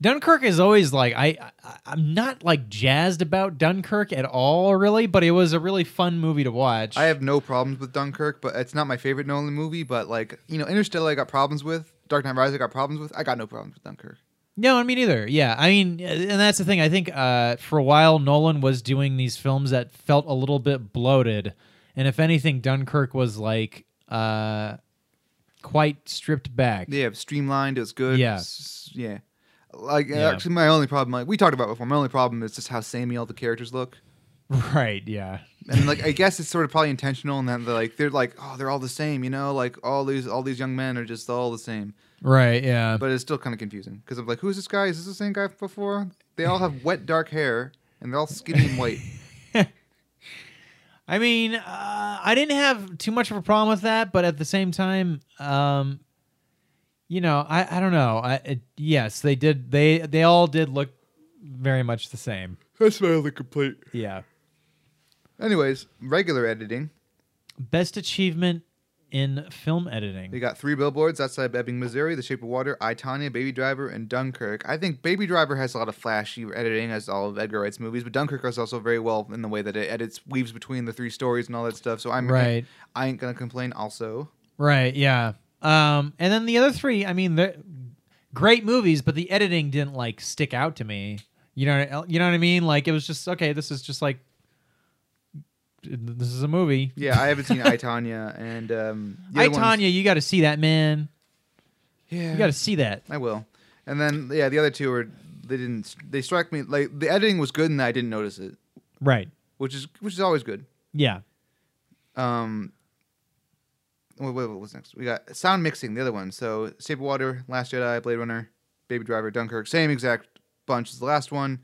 Speaker 2: Dunkirk is always like I, I. I'm not like jazzed about Dunkirk at all, really, but it was a really fun movie to watch.
Speaker 1: I have no problems with Dunkirk, but it's not my favorite Nolan movie. But like you know, Interstellar, I got problems with. Dark Knight Rises, I got problems with. I got no problems with Dunkirk.
Speaker 2: No, I mean either. Yeah, I mean, and that's the thing. I think uh, for a while Nolan was doing these films that felt a little bit bloated, and if anything, Dunkirk was like uh, quite stripped back.
Speaker 1: Yeah, streamlined. It was good.
Speaker 2: Yeah.
Speaker 1: S- yeah. Like
Speaker 2: Yeah.
Speaker 1: actually, my only problem, like we talked about before, my only problem is just how samey all the characters look.
Speaker 2: [laughs] Right. Yeah.
Speaker 1: And like I guess it's sort of probably intentional, and that they're like they're like oh they're all the same, you know, like all these all these young men are just all the same.
Speaker 2: Right. Yeah.
Speaker 1: But it's still kind of confusing because I'm like, who's this guy? Is this the same guy from before? They all have wet dark hair, and they're all skinny and white.
Speaker 2: I mean, uh, I didn't have too much of a problem with that, but at the same time, um, you know, I, I don't know. I it, yes, they did. They they all did look very much the same.
Speaker 1: [laughs] That's my only complaint.
Speaker 2: Yeah.
Speaker 1: Anyways, regular editing.
Speaker 2: Best achievement in film editing.
Speaker 1: We got three billboards outside of Ebbing, Missouri: The Shape of Water, I Tanya, Baby Driver, and Dunkirk. I think Baby Driver has a lot of flashy editing, as all of Edgar Wright's movies, but Dunkirk is also very well in the way that it edits, weaves between the three stories and all that stuff. So I'm
Speaker 2: Right.
Speaker 1: I, ain't gonna complain. Also,
Speaker 2: Right. Yeah. Um, and then the other three, I mean, they're great movies, but the editing didn't like stick out to me. You know, you know what I mean? Like it was just okay. This is just like this is a movie.
Speaker 1: yeah, I haven't seen
Speaker 2: [laughs]
Speaker 1: I Tanya, and um, the
Speaker 2: I
Speaker 1: other ones-
Speaker 2: Tanya, you got to see that man.
Speaker 1: yeah,
Speaker 2: You got to see that.
Speaker 1: I will. And then yeah, the other two were they didn't they struck me like the editing was good and I didn't notice it,
Speaker 2: Right.
Speaker 1: which is which is always good.
Speaker 2: Yeah.
Speaker 1: Um, wait, wait, what was next? We got sound mixing, the other one. So, Shape of Water, Last Jedi, Blade Runner, Baby Driver, Dunkirk, same exact bunch as the last one.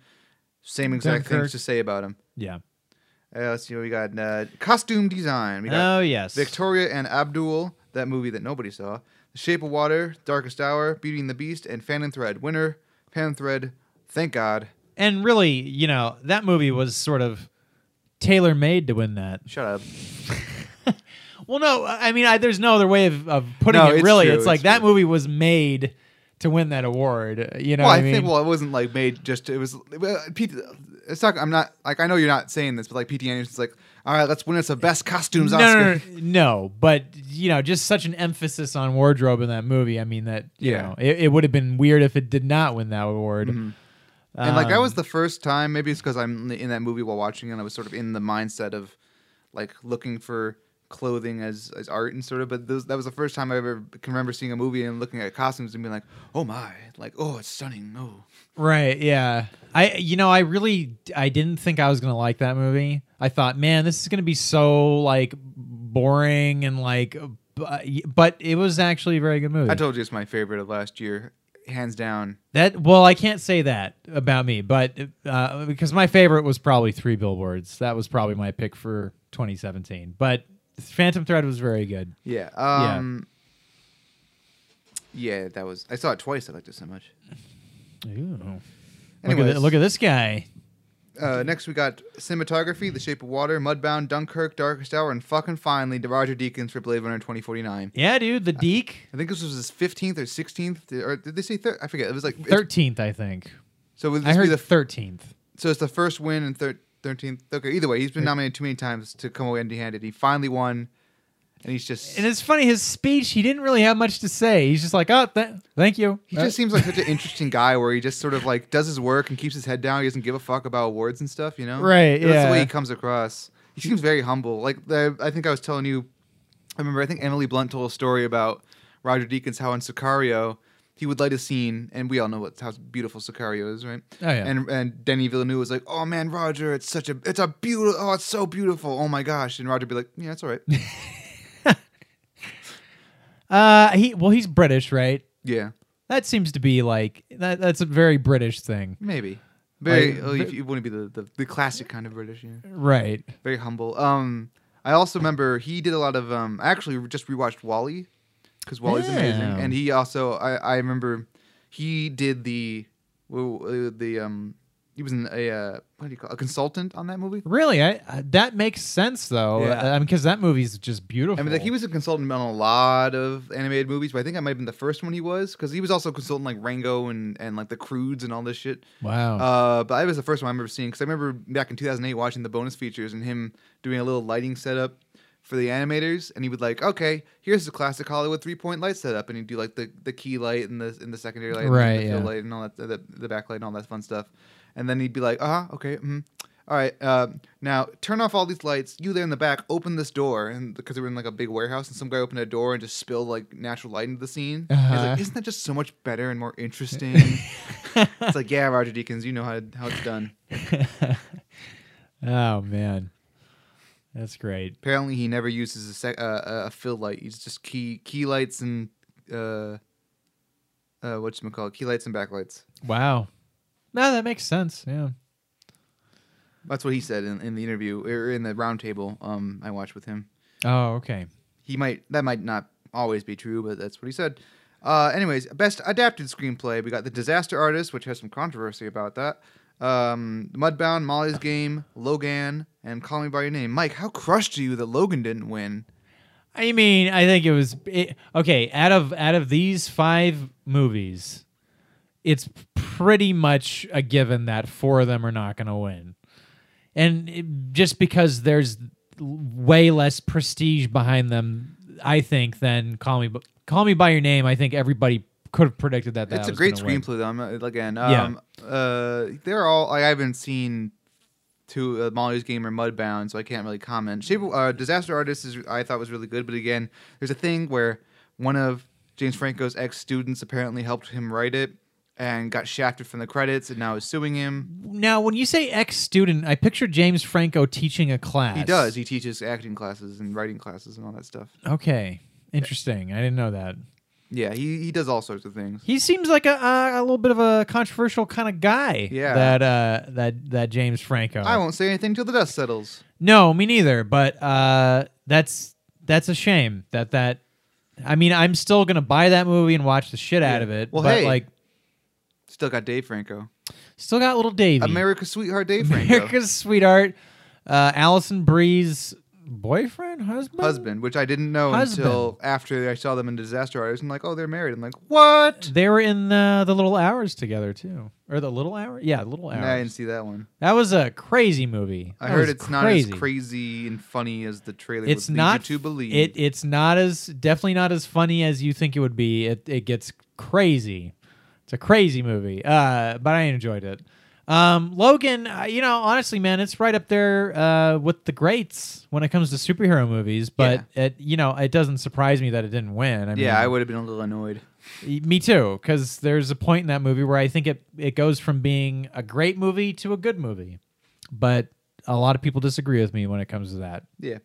Speaker 1: Same exact
Speaker 2: Dunkirk.
Speaker 1: things to say about them.
Speaker 2: Yeah.
Speaker 1: Uh, let's see, we got uh, costume design. We got
Speaker 2: oh yes.
Speaker 1: Victoria and Abdul, that movie that nobody saw. The Shape of Water, Darkest Hour, Beauty and the Beast, and Fan and Thread. Winner, Fan and Thread, thank God.
Speaker 2: and really, you know, that movie was sort of tailor made to win that.
Speaker 1: Shut up.
Speaker 2: Well, no, I mean, I, there's no other way of, of putting
Speaker 1: No,
Speaker 2: it.
Speaker 1: it's
Speaker 2: really,
Speaker 1: true,
Speaker 2: it's, like
Speaker 1: it's
Speaker 2: that
Speaker 1: true.
Speaker 2: movie was made to win that award. You know,
Speaker 1: Well,
Speaker 2: what
Speaker 1: I,
Speaker 2: I mean,
Speaker 1: think well, it wasn't like made just. It was. well, Pete, it's not. I'm not like I know you're not saying this, but like Pete Anderson's like, all right, let's win us a best costumes
Speaker 2: no,
Speaker 1: Oscar.
Speaker 2: no, no, no, but you know, just such an emphasis on wardrobe in that movie. I mean, that you
Speaker 1: Yeah.
Speaker 2: know, it, it would have been weird if it did not win that award.
Speaker 1: And like that
Speaker 2: Um,
Speaker 1: was the first time. Maybe it's because I'm in that movie while watching, and I was sort of in the mindset of like looking for clothing as as art and sort of. But those, that was the first time I ever can remember seeing a movie and looking at costumes and being like, oh my, like oh it's stunning. Oh,
Speaker 2: Right, yeah. I you know, I really I didn't think I was going to like that movie. I thought, man, this is going to be so like boring and like bu- but it was actually a very good movie.
Speaker 1: I told you it's my favorite of last year, hands down.
Speaker 2: that well, I can't say that about me, but uh, because my favorite was probably 3 Billboards. That was probably my pick for 2017. But Phantom Thread was very good.
Speaker 1: Yeah. Um, yeah. that was. I saw it twice. I liked it so much.
Speaker 2: Look, at
Speaker 1: Anyways.
Speaker 2: thi- look at this guy.
Speaker 1: Uh, next, we got cinematography, The Shape of Water, Mudbound, Dunkirk, Darkest Hour, and fucking finally, Roger Deakins for Blade Runner 2049.
Speaker 2: Yeah, dude, the Deke.
Speaker 1: I think this was his 15th or 16th, or did they say thir- I forget. It was like it's-
Speaker 2: 13th, I think.
Speaker 1: So would
Speaker 2: I
Speaker 1: this be
Speaker 2: heard
Speaker 1: the
Speaker 2: 13th.
Speaker 1: so it's the first win and thir- 13th. Okay, either way, he's been nominated too many times to come away empty-handed. He finally won, and he's just
Speaker 2: And it's funny, his speech, he didn't really have much to say. He's just like, oh, th- thank you.
Speaker 1: He just seems like such an interesting guy where he just sort of like does his work and keeps his head down. He doesn't give a fuck about awards and stuff, you know?
Speaker 2: Right,
Speaker 1: That's the way
Speaker 2: yeah.
Speaker 1: he comes across. He seems very humble. Like the, I think I was telling you, I remember I think Emily Blunt told a story about Roger Deakins how in Sicario he would light a scene, and we all know what how beautiful Sicario is, right?
Speaker 2: Oh, yeah.
Speaker 1: And and Denny Villeneuve was like, "Oh man, Roger, it's such a it's a beautiful oh it's so beautiful oh my gosh," and Roger would be like, "Yeah, it's all
Speaker 2: [laughs]
Speaker 1: right,
Speaker 2: Uh, he well, he's British, right?
Speaker 1: yeah,
Speaker 2: That seems to be like that. That's a very British thing,
Speaker 1: maybe." Very,
Speaker 2: Like,
Speaker 1: oh,
Speaker 2: ve-
Speaker 1: you, you wouldn't be the, the, the classic kind of British, yeah.
Speaker 2: right?
Speaker 1: very humble. Um, I also remember he did a lot of. Um, I actually just rewatched Wally because Wally's amazing,
Speaker 2: Yeah.
Speaker 1: and he also I, I remember he did the well, uh, the um he was an, a uh, what do you call it? a consultant on that movie.
Speaker 2: Really, I, I- that makes sense though.
Speaker 1: Yeah.
Speaker 2: I mean, because that movie's just beautiful.
Speaker 1: I mean, like he was a consultant on a lot of animated movies, but I think I might have been the first one he was because he was also a consultant like Rango and and like the Crudes and all this shit.
Speaker 2: wow.
Speaker 1: Uh, but I was the first one I remember seeing because I remember back in 2008 watching the bonus features and him doing a little lighting setup for the animators, and he would like, okay, here's the classic Hollywood three point light setup, and he'd do like the, the key light and the and the secondary light,
Speaker 2: Right,
Speaker 1: and the fill
Speaker 2: yeah.
Speaker 1: light, and all that the, the backlight and all that fun stuff, and then he'd be like, uh huh, okay, mm, all right, uh, now turn off all these lights. You there in the back, open this door, and because they were in like a big warehouse, and some guy opened a door and just spilled like natural light into the scene. He's
Speaker 2: Uh-huh.
Speaker 1: like, isn't that just so much better and more interesting? It's like, yeah, Roger Deakins, you know how how it's done.
Speaker 2: oh man, that's great.
Speaker 1: Apparently, he never uses a sec- uh, uh, a fill light. He's just key key lights and uh, uh, what you call it? Key lights and backlights.
Speaker 2: Wow. No, that makes sense. Yeah.
Speaker 1: That's what he said in, in the interview or in the roundtable um, I watched with him.
Speaker 2: Oh, okay.
Speaker 1: He might that might not always be true, but that's what he said. Uh, anyways, best adapted screenplay. We got The Disaster Artist, which has some controversy about that. Um, Mudbound, Molly's Game, Logan, and Call Me by Your Name. Mike, how crushed are you that Logan didn't win?
Speaker 2: I mean, I think it was it, okay. Out of out of these five movies, it's pretty much a given that four of them are not going to win, and it- just because there's l- way less prestige behind them, I think than call me B- call me by your name. I think everybody could have predicted that. that
Speaker 1: it's a
Speaker 2: was
Speaker 1: great
Speaker 2: gonna win.
Speaker 1: screenplay though. I'm, uh, again,
Speaker 2: Yeah.
Speaker 1: um, uh, they're all like, I haven't seen two uh, Molly's Game or Mudbound, so I can't really comment. Shape of- uh, Disaster Artist is I thought was really good, but again, there's a thing where one of James Franco's ex students apparently helped him write it and got shafted from the credits, and now is suing him.
Speaker 2: Now, when you say ex student, I picture James Franco teaching a class.
Speaker 1: He does. He teaches acting classes and writing classes and all that stuff.
Speaker 2: Okay, interesting. I didn't know that.
Speaker 1: Yeah, he he does all sorts of things.
Speaker 2: He seems like a uh, a little bit of a controversial kind of guy.
Speaker 1: Yeah.
Speaker 2: That uh that that James Franco.
Speaker 1: I won't say anything till the dust settles.
Speaker 2: no, me neither. But uh, that's that's a shame that that. I mean, I'm still gonna buy that movie and watch the shit out
Speaker 1: Yeah.
Speaker 2: of it.
Speaker 1: Well,
Speaker 2: but
Speaker 1: hey.
Speaker 2: like,
Speaker 1: Still got Dave Franco,
Speaker 2: still got little Davey,
Speaker 1: America's sweetheart,
Speaker 2: [laughs]
Speaker 1: Dave Franco.
Speaker 2: America's sweetheart, uh, Allison Bree's boyfriend, husband,
Speaker 1: husband, which I didn't know
Speaker 2: Husband.
Speaker 1: until after I saw them in Disaster Artist. I'm like, oh, they're married. I'm like, what?
Speaker 2: They were in the the little hours together too, or the little hour? Yeah, little hours.
Speaker 1: Nah, I didn't see that one.
Speaker 2: That was a crazy movie.
Speaker 1: I
Speaker 2: That
Speaker 1: heard
Speaker 2: was
Speaker 1: it's not as crazy and funny as the trailer.
Speaker 2: it's
Speaker 1: would
Speaker 2: not
Speaker 1: lead you to believe.
Speaker 2: It it's not as definitely not as funny as you think it would be. It it gets crazy. It's a crazy movie. Uh, but I enjoyed it. Um, Logan, uh, you know, honestly, man, it's right up there uh, with the greats when it comes to superhero movies. But it, you know, it doesn't surprise me that it didn't win. I mean,
Speaker 1: yeah, I would have been a little annoyed.
Speaker 2: Me too, because there's a point in that movie where I think it it goes from being a great movie to a good movie. But a lot of people disagree with me when it comes to that.
Speaker 1: Yeah,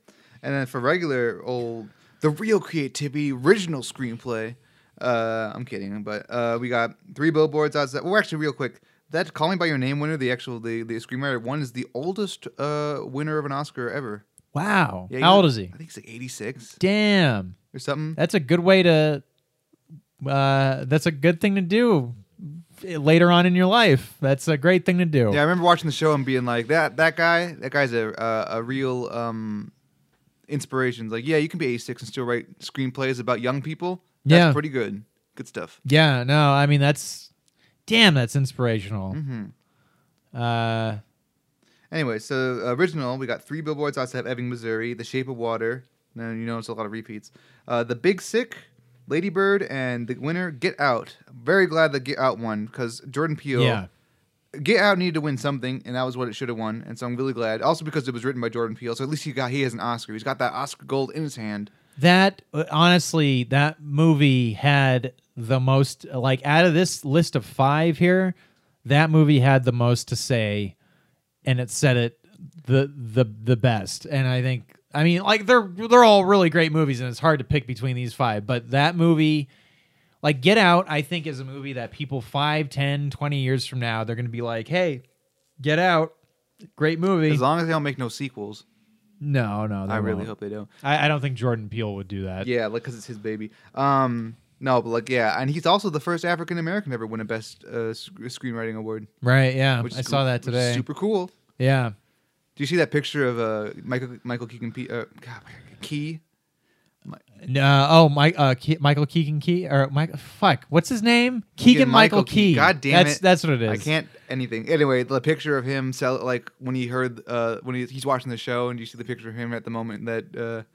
Speaker 1: and then for regular old, the real creativity, original screenplay. Uh, I'm kidding, but uh, we got three billboards outside. Well, actually, real quick, that "Call Me by Your Name" winner, the actual the, the screenwriter one, is the oldest uh, winner of an Oscar ever.
Speaker 2: Wow,
Speaker 1: Yeah, he
Speaker 2: how old
Speaker 1: was-
Speaker 2: is he?
Speaker 1: I think he's like 86
Speaker 2: Damn.
Speaker 1: or something.
Speaker 2: that's a good way to uh that's a good thing to do later on in your life that's a great thing to do
Speaker 1: Yeah, I remember watching the show and being like, that that guy, that guy's a uh, a real um, inspiration. It's Like, yeah, you can be 86 and still write screenplays about young people. That's
Speaker 2: Yeah.
Speaker 1: pretty good. Good stuff.
Speaker 2: Yeah, no i mean that's damn that's inspirational
Speaker 1: Mhm.
Speaker 2: uh
Speaker 1: Anyway, so uh, original, we got three billboards outside of Ebbing, Missouri, The Shape of Water. Now you know it's a lot of repeats. Uh, the Big Sick, Lady Bird, and the winner, Get Out. Very glad the Get Out won because Jordan Peele.
Speaker 2: yeah
Speaker 1: Get Out needed to win something, and that was what it should have won. And so I'm really glad. Also because it was written by Jordan Peele, so at least he got he has an Oscar. He's got that Oscar gold in his hand.
Speaker 2: that honestly, that movie had the most like out of this list of five here, that movie had the most to say, and it said it the the the best. And I think I mean like they're they're all really great movies, and it's hard to pick between these five. But that movie like get out i think is a movie that people 5 10 20 years from now they're going to be like hey get out great movie
Speaker 1: As long as they don't make no sequels,
Speaker 2: no no they
Speaker 1: I really
Speaker 2: won't.
Speaker 1: hope they don't.
Speaker 2: I, I don't think jordan peele would do that
Speaker 1: Yeah, like because it's his baby. Um, no, but like yeah, and he's also the first African American ever win a best uh, sc- screenwriting award.
Speaker 2: right yeah
Speaker 1: Which
Speaker 2: i
Speaker 1: is
Speaker 2: saw
Speaker 1: cool-
Speaker 2: that
Speaker 1: which is
Speaker 2: today
Speaker 1: super cool.
Speaker 2: yeah
Speaker 1: Do you see that picture of uh, Michael Michael Keegan Pe- uh, God, Key?
Speaker 2: N- uh, oh mike uh, Ke- michael keegan key or mike fuck what's his name keegan michael
Speaker 1: Key.
Speaker 2: key
Speaker 1: God damn
Speaker 2: that's
Speaker 1: it.
Speaker 2: that's what it is
Speaker 1: I can't anything. Anyway, the picture of him sell like when he heard uh, when he, he's watching the show and you see the picture of him at the moment that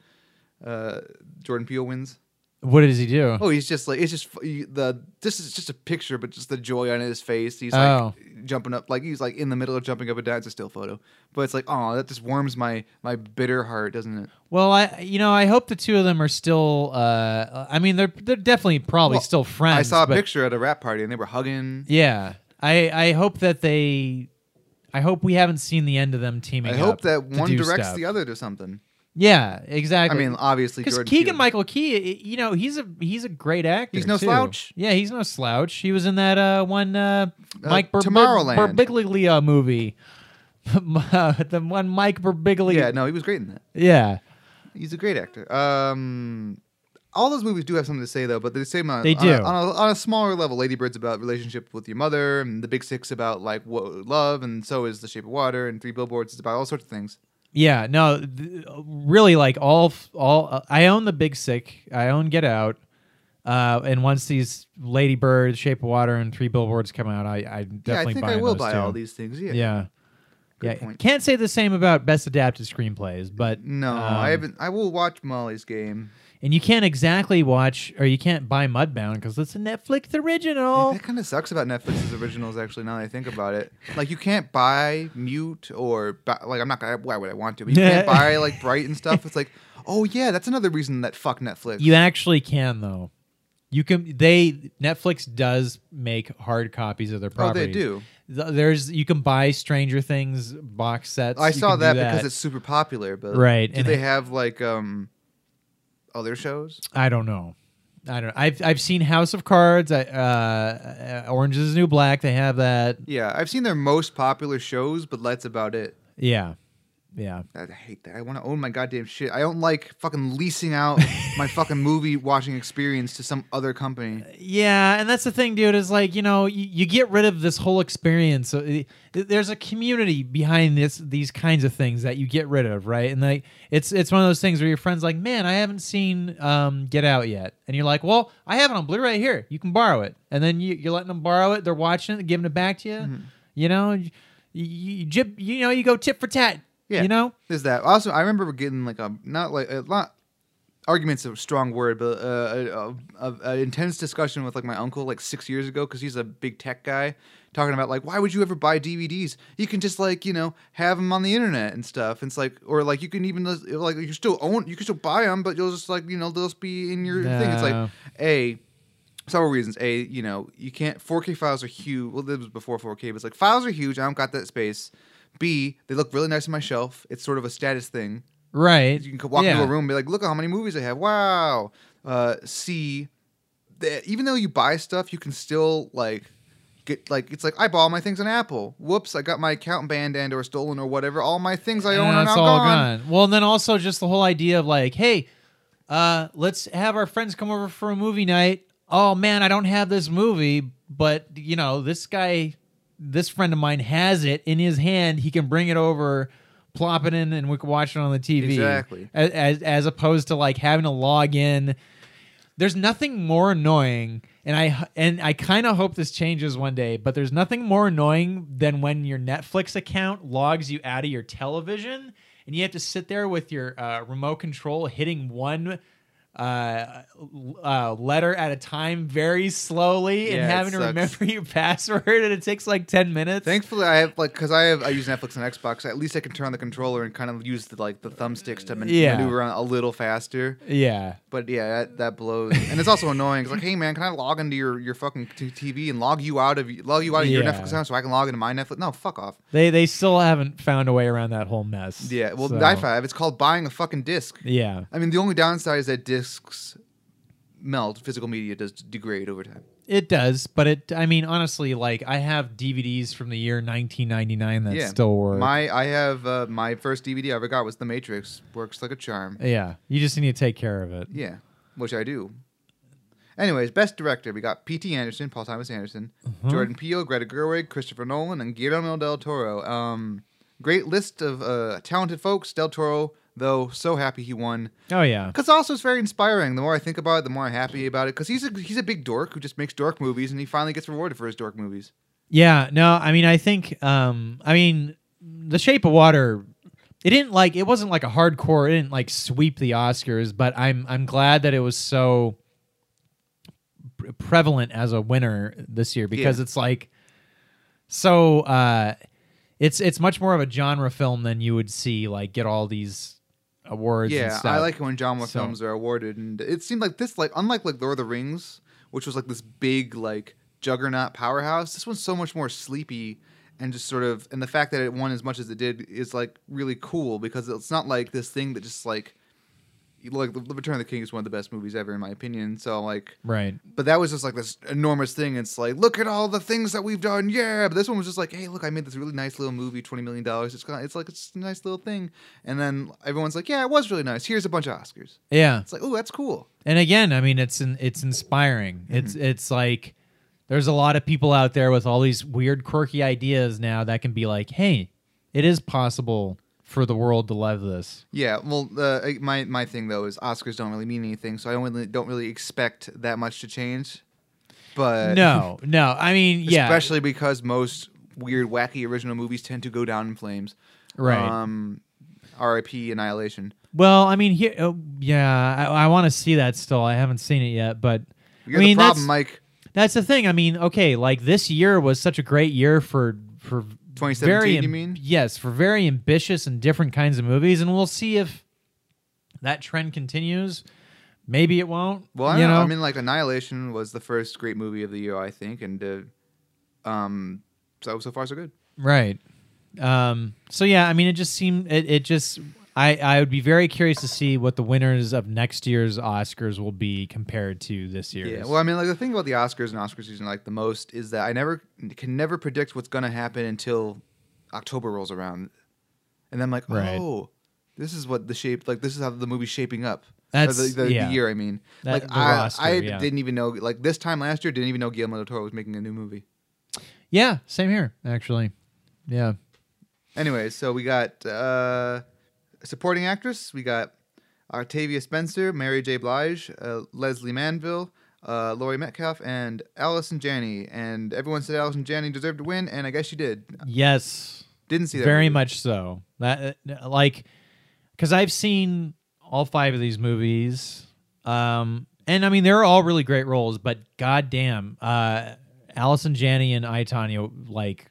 Speaker 1: uh, uh, Jordan Peele wins.
Speaker 2: what does he do
Speaker 1: Oh, he's just like it's just f- you- the this is just a picture, but just the joy on his face. He's
Speaker 2: Oh.
Speaker 1: like jumping up, like he's like in the middle of jumping up and down. It's a still photo, but it's like oh, that just warms my my bitter heart, doesn't it?
Speaker 2: well i you know i hope the two of them are still uh i mean they're they're definitely probably
Speaker 1: Well,
Speaker 2: still friends
Speaker 1: I saw a
Speaker 2: but-
Speaker 1: picture at a rap party and they were hugging.
Speaker 2: Yeah, I I hope that they, I hope we haven't seen the end of them teaming.
Speaker 1: I hope
Speaker 2: up
Speaker 1: that
Speaker 2: to
Speaker 1: one
Speaker 2: do
Speaker 1: directs
Speaker 2: stuff.
Speaker 1: the other to something.
Speaker 2: Yeah,
Speaker 1: I
Speaker 2: exactly.
Speaker 1: mean, obviously,
Speaker 2: because
Speaker 1: Jordan
Speaker 2: Keegan
Speaker 1: Peele.
Speaker 2: Michael Key, i- you know, he's a he's a great actor.
Speaker 1: He's no
Speaker 2: too.
Speaker 1: slouch.
Speaker 2: Yeah, he's no slouch. He was in that uh one uh, Mike Ber-
Speaker 1: Tomorrowland.
Speaker 2: Berbiglia movie. [laughs] Uh, the one Mike Birbiglia.
Speaker 1: Yeah, no, he was great in that.
Speaker 2: yeah.
Speaker 1: He's a great actor. Um, all those movies do have something to say though, but they're the same on,
Speaker 2: They
Speaker 1: on a-
Speaker 2: do.
Speaker 1: on, a, on a smaller level. Lady Bird's about relationship with your mother, and The Big Six about like wo- love, and so is The Shape of Water, and Three Billboards is about all sorts of things.
Speaker 2: Yeah, no, th- really, like all, f- all. Uh, I own the Big Sick. I own Get Out. Uh, and once these Lady Bird, Shape of Water, and Three Billboards come out, I, I definitely
Speaker 1: yeah, I think
Speaker 2: buy
Speaker 1: I will
Speaker 2: those
Speaker 1: buy
Speaker 2: too.
Speaker 1: all these things. Yeah.
Speaker 2: Yeah, yeah.
Speaker 1: point.
Speaker 2: Can't say the same about Best Adapted Screenplays, but
Speaker 1: No,
Speaker 2: um,
Speaker 1: I haven't. I will watch Molly's Game.
Speaker 2: And you can't exactly watch, or you can't buy Mudbound because it's a Netflix original.
Speaker 1: That kind of sucks about Netflix's originals. Actually, now that I think about it, like you can't buy Mute or bu- like I'm not gonna. Why would I want to? But you
Speaker 2: [laughs]
Speaker 1: can't buy like Bright and stuff. It's like, oh yeah, that's another reason that fuck Netflix.
Speaker 2: You actually can though. You can. They Netflix does make hard copies of their
Speaker 1: oh,
Speaker 2: properties.
Speaker 1: they do.
Speaker 2: Th- There's you can buy Stranger Things box sets.
Speaker 1: I
Speaker 2: You
Speaker 1: saw
Speaker 2: can do
Speaker 1: that, because it's super popular, but
Speaker 2: Right,
Speaker 1: Do
Speaker 2: and
Speaker 1: they
Speaker 2: it-
Speaker 1: have like um other shows?
Speaker 2: I don't know. I don't. I've I've seen House of Cards. I, uh, uh, Orange is the New Black. They have that.
Speaker 1: Yeah, I've seen their most popular shows, but that's about it.
Speaker 2: Yeah, yeah.
Speaker 1: I hate that. I want to own my goddamn shit. I don't like fucking leasing
Speaker 2: [laughs]
Speaker 1: out my fucking movie watching experience to some other company.
Speaker 2: Yeah, and that's the thing, dude. Is like you know you, you get rid of this whole experience. So it- th- there's a community behind this these kinds of things that you get rid of, right? And like it's it's one of those things where your friends like, man, I haven't seen um, Get Out yet, and you're like, well, I have it on Blu-ray here. You can borrow it, and then you, you're letting them borrow it. They're watching it, giving it back to you.
Speaker 1: Mm-hmm.
Speaker 2: You know, you, you, you jib, you know, you go tit for tat.
Speaker 1: Yeah.
Speaker 2: You know,
Speaker 1: There's that. Also, I remember getting like a not like a lot. Argument's a strong word, but uh, a, a, a intense discussion with like my uncle like six years ago because he's a big tech guy, talking about like why would you ever buy DVDs? You can just like you know have them on the internet and stuff. And it's like or like you can even just- like you still own you can still buy them, but you'll just like you know they'll just be in your thing. It's like
Speaker 2: No.
Speaker 1: a several reasons. A, you know, you can't 4K files are huge. Well, this was before 4K, but it's like files are huge. I don't got that space. B, they look really nice on my shelf. It's sort of a status thing.
Speaker 2: right?
Speaker 1: You can walk
Speaker 2: yeah.
Speaker 1: into a room and be like, look at how many movies I have. Wow. Uh, C, that even though you buy stuff, you can still like get like it's like I bought all my things on Apple. Whoops, I got my account banned and or stolen or whatever. All my things I own
Speaker 2: And
Speaker 1: are now
Speaker 2: that's all
Speaker 1: gone.
Speaker 2: gone. Well, and then also just the whole idea of like, hey, uh, let's have our friends come over for a movie night. Oh man, I don't have this movie, but you know, this guy, this friend of mine has it in his hand. He can bring it over, plop it in, and we can watch it on the TV.
Speaker 1: Exactly.
Speaker 2: As as, as opposed to like having to log in. There's nothing more annoying, and I and I kind of hope this changes one day. But there's nothing more annoying than when your Netflix account logs you out of your television, and you have to sit there with your uh, remote control hitting one uh, uh, letter at a time very slowly
Speaker 1: Yeah,
Speaker 2: and
Speaker 1: it
Speaker 2: having to
Speaker 1: sucks.
Speaker 2: remember your [laughs] password and it takes like 10 minutes.
Speaker 1: Thankfully, I have like because I have I use Netflix and Xbox. At least I can turn on the controller and kind of use the like the thumbsticks to man-
Speaker 2: Yeah.
Speaker 1: maneuver on a little faster.
Speaker 2: yeah.
Speaker 1: But yeah, that, that blows, and it's also annoying. It's like, hey man, can I log into your, your fucking t- TV and log you out of log you out of your
Speaker 2: Yeah.
Speaker 1: Netflix account so I can log into my Netflix? No, fuck off.
Speaker 2: They they still haven't found a way around that whole mess.
Speaker 1: Yeah, well,
Speaker 2: So,
Speaker 1: i5. It's called buying a fucking disc.
Speaker 2: Yeah.
Speaker 1: I mean, the only downside is that discs melt. Physical media does degrade over time.
Speaker 2: It does, but it I mean honestly like I have DVDs from the year 1999 that
Speaker 1: yeah,
Speaker 2: still work.
Speaker 1: My I have uh, my first DVD I ever got was The Matrix. Works like a charm.
Speaker 2: yeah. You just need to take care of it.
Speaker 1: Yeah, which I do. Anyways, best director we got P.T. Anderson, Paul Thomas Anderson, Jordan Peele, Greta Gerwig, Christopher Nolan, and Guillermo del Toro. Um, great list of uh, talented folks. Del Toro, though, so happy he won.
Speaker 2: Oh yeah.
Speaker 1: Because also it's very inspiring. The more I think about it, the more I'm happy about it. Because he's a he's a big dork who just makes dork movies, and he finally gets rewarded for his dork movies.
Speaker 2: Yeah, no, I mean, I think, um, I mean, The Shape of Water, it didn't like, it wasn't like a hardcore, it didn't like sweep the Oscars, but I'm, I'm glad that it was so pre- prevalent as a winner this year because
Speaker 1: Yeah.
Speaker 2: it's like, so, uh, it's, it's much more of a genre film than you would see, like, get all these awards and
Speaker 1: Yeah,
Speaker 2: stuff.
Speaker 1: I like it when genre
Speaker 2: So-
Speaker 1: films are awarded, and it seemed like this, like unlike like Lord of the Rings, which was like this big like juggernaut powerhouse. This one's so much more sleepy and just sort of, and the fact that it won as much as it did is like really cool because it's not like this thing that just like like The Return of the King is one of the best movies ever in my opinion. So like
Speaker 2: right.
Speaker 1: But that was just like this enormous thing. It's like, look at all the things that we've done. Yeah. But this one was just like, hey, look, I made this really nice little movie, $20 million. It's, gonna, it's like, it's a nice little thing. And then everyone's like, yeah, it was really nice. Here's a bunch of Oscars.
Speaker 2: Yeah.
Speaker 1: It's like, oh, that's cool.
Speaker 2: and again i mean it's in, it's inspiring
Speaker 1: Mm-hmm.
Speaker 2: it's it's like there's a lot of people out there with all these weird quirky ideas now that can be like hey it is possible for the world to love this
Speaker 1: Yeah. Well, uh, my, my thing, though, is Oscars don't really mean anything. So I don't really, don't really expect that much to change. But [laughs]
Speaker 2: no no i mean yeah
Speaker 1: Uh, especially because most weird, wacky original movies tend to go down in flames.
Speaker 2: Right.
Speaker 1: Um, RIP Annihilation.
Speaker 2: well i mean here oh, yeah i, I want to see that still i haven't seen it yet but
Speaker 1: You're
Speaker 2: i mean
Speaker 1: the problem,
Speaker 2: that's,
Speaker 1: Mike.
Speaker 2: that's the thing i mean okay like this year was such a great year for for
Speaker 1: 2017,
Speaker 2: very
Speaker 1: you
Speaker 2: am-
Speaker 1: mean?
Speaker 2: yes for very ambitious and different kinds of movies and we'll see if that trend continues maybe it won't
Speaker 1: Well, I,
Speaker 2: you
Speaker 1: don't know.
Speaker 2: know
Speaker 1: I mean, like Annihilation was the first great movie of the year, I think, and uh, um, so so far so good.
Speaker 2: right um so yeah i mean it just seemed it, it just i i would be very curious to see what the winners of next year's oscars will be compared to this year's
Speaker 1: Yeah. Well, I mean, like the thing about the Oscars and Oscar season, like the most, is that I never can never predict what's gonna happen until October rolls around, and then I'm like,
Speaker 2: Right.
Speaker 1: oh, this is what the shape, like this is how the movie's shaping up. Or
Speaker 2: That's-
Speaker 1: the, the, the
Speaker 2: yeah.
Speaker 1: year. I mean,
Speaker 2: That-
Speaker 1: like
Speaker 2: the
Speaker 1: I,
Speaker 2: roster,
Speaker 1: I
Speaker 2: yeah.
Speaker 1: didn't even know. Like this time last year, didn't even know Guillermo del Toro was making a new movie.
Speaker 2: yeah same here actually yeah
Speaker 1: Anyway, so we got uh, supporting actress. We got Octavia Spencer, Mary J. Blige, uh, Leslie Manville, uh, Laurie Metcalf, and Allison Janney. And everyone said Allison Janney deserved to win, and I guess she did.
Speaker 2: yes
Speaker 1: Didn't see that.
Speaker 2: very
Speaker 1: movie.
Speaker 2: much so that uh, like because i've seen all five of these movies um and i mean they're all really great roles but goddamn uh allison janney and i tanya like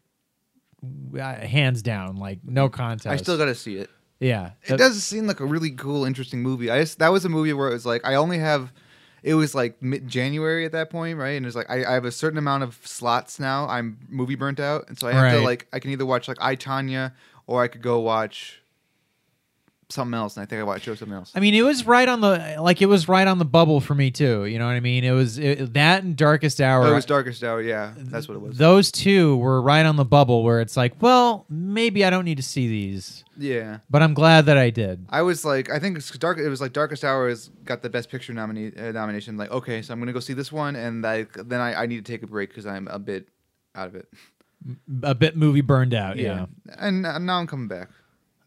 Speaker 2: w- uh, hands down like no contest
Speaker 1: I still got to see it.
Speaker 2: yeah
Speaker 1: It does seem like a really cool, interesting movie. I just that was a movie where it was like I only have. It was like mid January at that point, right? And it's like I, I have a certain amount of slots now. I'm movie burnt out, and so I have to
Speaker 2: Right.
Speaker 1: like I can either watch like I Tanya or I could go watch something else. And I think I watched something else.
Speaker 2: I mean, it was right on the like it was right on the bubble for me too. You know what I mean? It was it, that and Darkest Hour.
Speaker 1: Oh, it was Darkest Hour. Yeah, that's what it was.
Speaker 2: Those two were right on the bubble where it's like, well, maybe I don't need to see these,
Speaker 1: Yeah,
Speaker 2: but I'm glad that I did.
Speaker 1: I was like, I think it's dark. It was like Darkest Hour has got the Best Picture nominee uh, nomination. Like, okay, so I'm gonna go see this one, and I, then I, I need to take a break because I'm a bit out of it.
Speaker 2: a bit movie burned out. Yeah.
Speaker 1: and uh, now I'm coming back.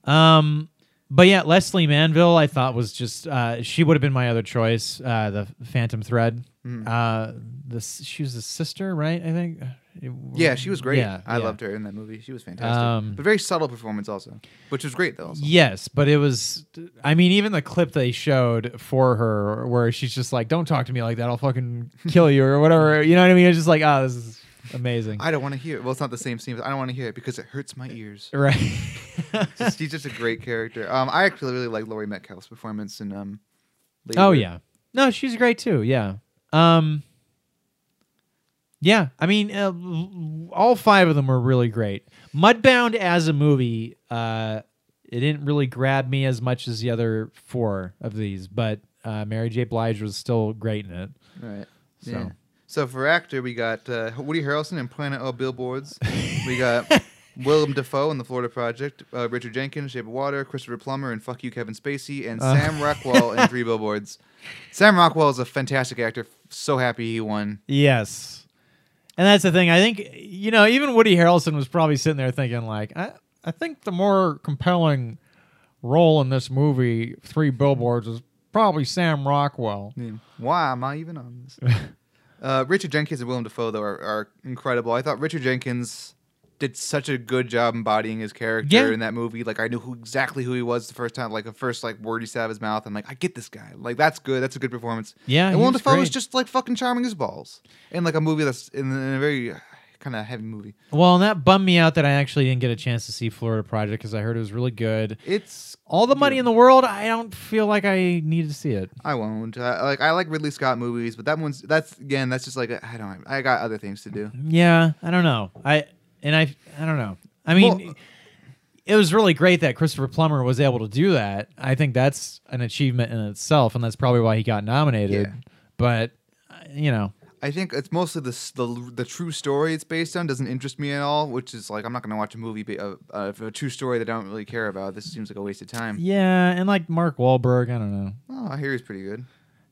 Speaker 2: Um, But yeah, Leslie Manville, I thought was just uh, she would have been my other choice. Uh, the Phantom Thread.
Speaker 1: Mm.
Speaker 2: Uh, this she was the sister, right? I think.
Speaker 1: Yeah, she was great.
Speaker 2: Yeah,
Speaker 1: I
Speaker 2: yeah.
Speaker 1: loved her in that movie. She was fantastic.
Speaker 2: Um,
Speaker 1: but very subtle performance also, which was great though. Also.
Speaker 2: Yes, but it was. I mean, even the clip they showed for her, where she's just like, "Don't talk to me like that. I'll fucking kill you" or whatever. You know what I mean? It's just like, oh, this is amazing,
Speaker 1: I don't want to hear it. Well, it's not the same scene, but I don't want to hear it because it hurts my ears. [laughs]
Speaker 2: [laughs] right?
Speaker 1: Just- She's just a great character. Um, I actually really like Laurie Metcalf's performance in um. Lady
Speaker 2: oh
Speaker 1: Bird.
Speaker 2: yeah, no, she's great too. Yeah, um, yeah. I mean, uh, l- all five of them were really great. Mudbound as a movie, uh, it didn't really grab me as much as the other four of these, but uh, Mary J. Blige was still great in it.
Speaker 1: All right.
Speaker 2: So.
Speaker 1: Yeah. So for actor, we got uh, Woody Harrelson in Planet of Billboards. we got
Speaker 2: [laughs]
Speaker 1: Willem Dafoe in The Florida Project, uh, Richard Jenkins, Shape of Water, Christopher Plummer in Fuck You, Kevin Spacey, and
Speaker 2: Uh.
Speaker 1: Sam Rockwell in
Speaker 2: [laughs]
Speaker 1: Three Billboards. Sam Rockwell is a fantastic actor. So happy he won.
Speaker 2: Yes. And that's the thing. I think, you know, even Woody Harrelson was probably sitting there thinking, like, I, I think the more compelling role in this movie, Three Billboards, is probably Sam Rockwell.
Speaker 1: Why am I even on this? [laughs] uh, Richard Jenkins and Willem Dafoe, though, are, are incredible. I thought Richard Jenkins did such a good job embodying his character
Speaker 2: Yeah.
Speaker 1: in that movie. Like, I knew who, exactly who he was the first time, like, the first, like, word he said out of his mouth. I'm like, I get this guy. Like, that's good. That's a good performance.
Speaker 2: Yeah,
Speaker 1: And
Speaker 2: he
Speaker 1: Willem
Speaker 2: was
Speaker 1: Dafoe was
Speaker 2: great.
Speaker 1: just, like, fucking charming as balls. In, like, a movie that's in, in a very kind of heavy movie.
Speaker 2: Well, and that bummed me out that I actually didn't get a chance to see Florida Project because I heard it was really good.
Speaker 1: It's.
Speaker 2: All the money
Speaker 1: Yeah.
Speaker 2: in the world, I don't feel like I need to see it.
Speaker 1: I won't. I, like I like Ridley Scott movies, but that one's that's again that's just like a, I don't. I got other things to do.
Speaker 2: Yeah, I don't know. I and I I don't know. I mean,
Speaker 1: Well-
Speaker 2: it was really great that Christopher Plummer was able to do that. I think that's an achievement in itself, and that's probably why he got nominated.
Speaker 1: Yeah.
Speaker 2: But uh, you know,
Speaker 1: I think it's mostly the, s- the the true story it's based on doesn't interest me at all, which is like I'm not going to watch a movie ba- uh, uh, for a true story that I don't really care about. This seems like a waste of time.
Speaker 2: yeah, and like Mark Wahlberg, I don't know.
Speaker 1: Oh, I hear he's pretty good.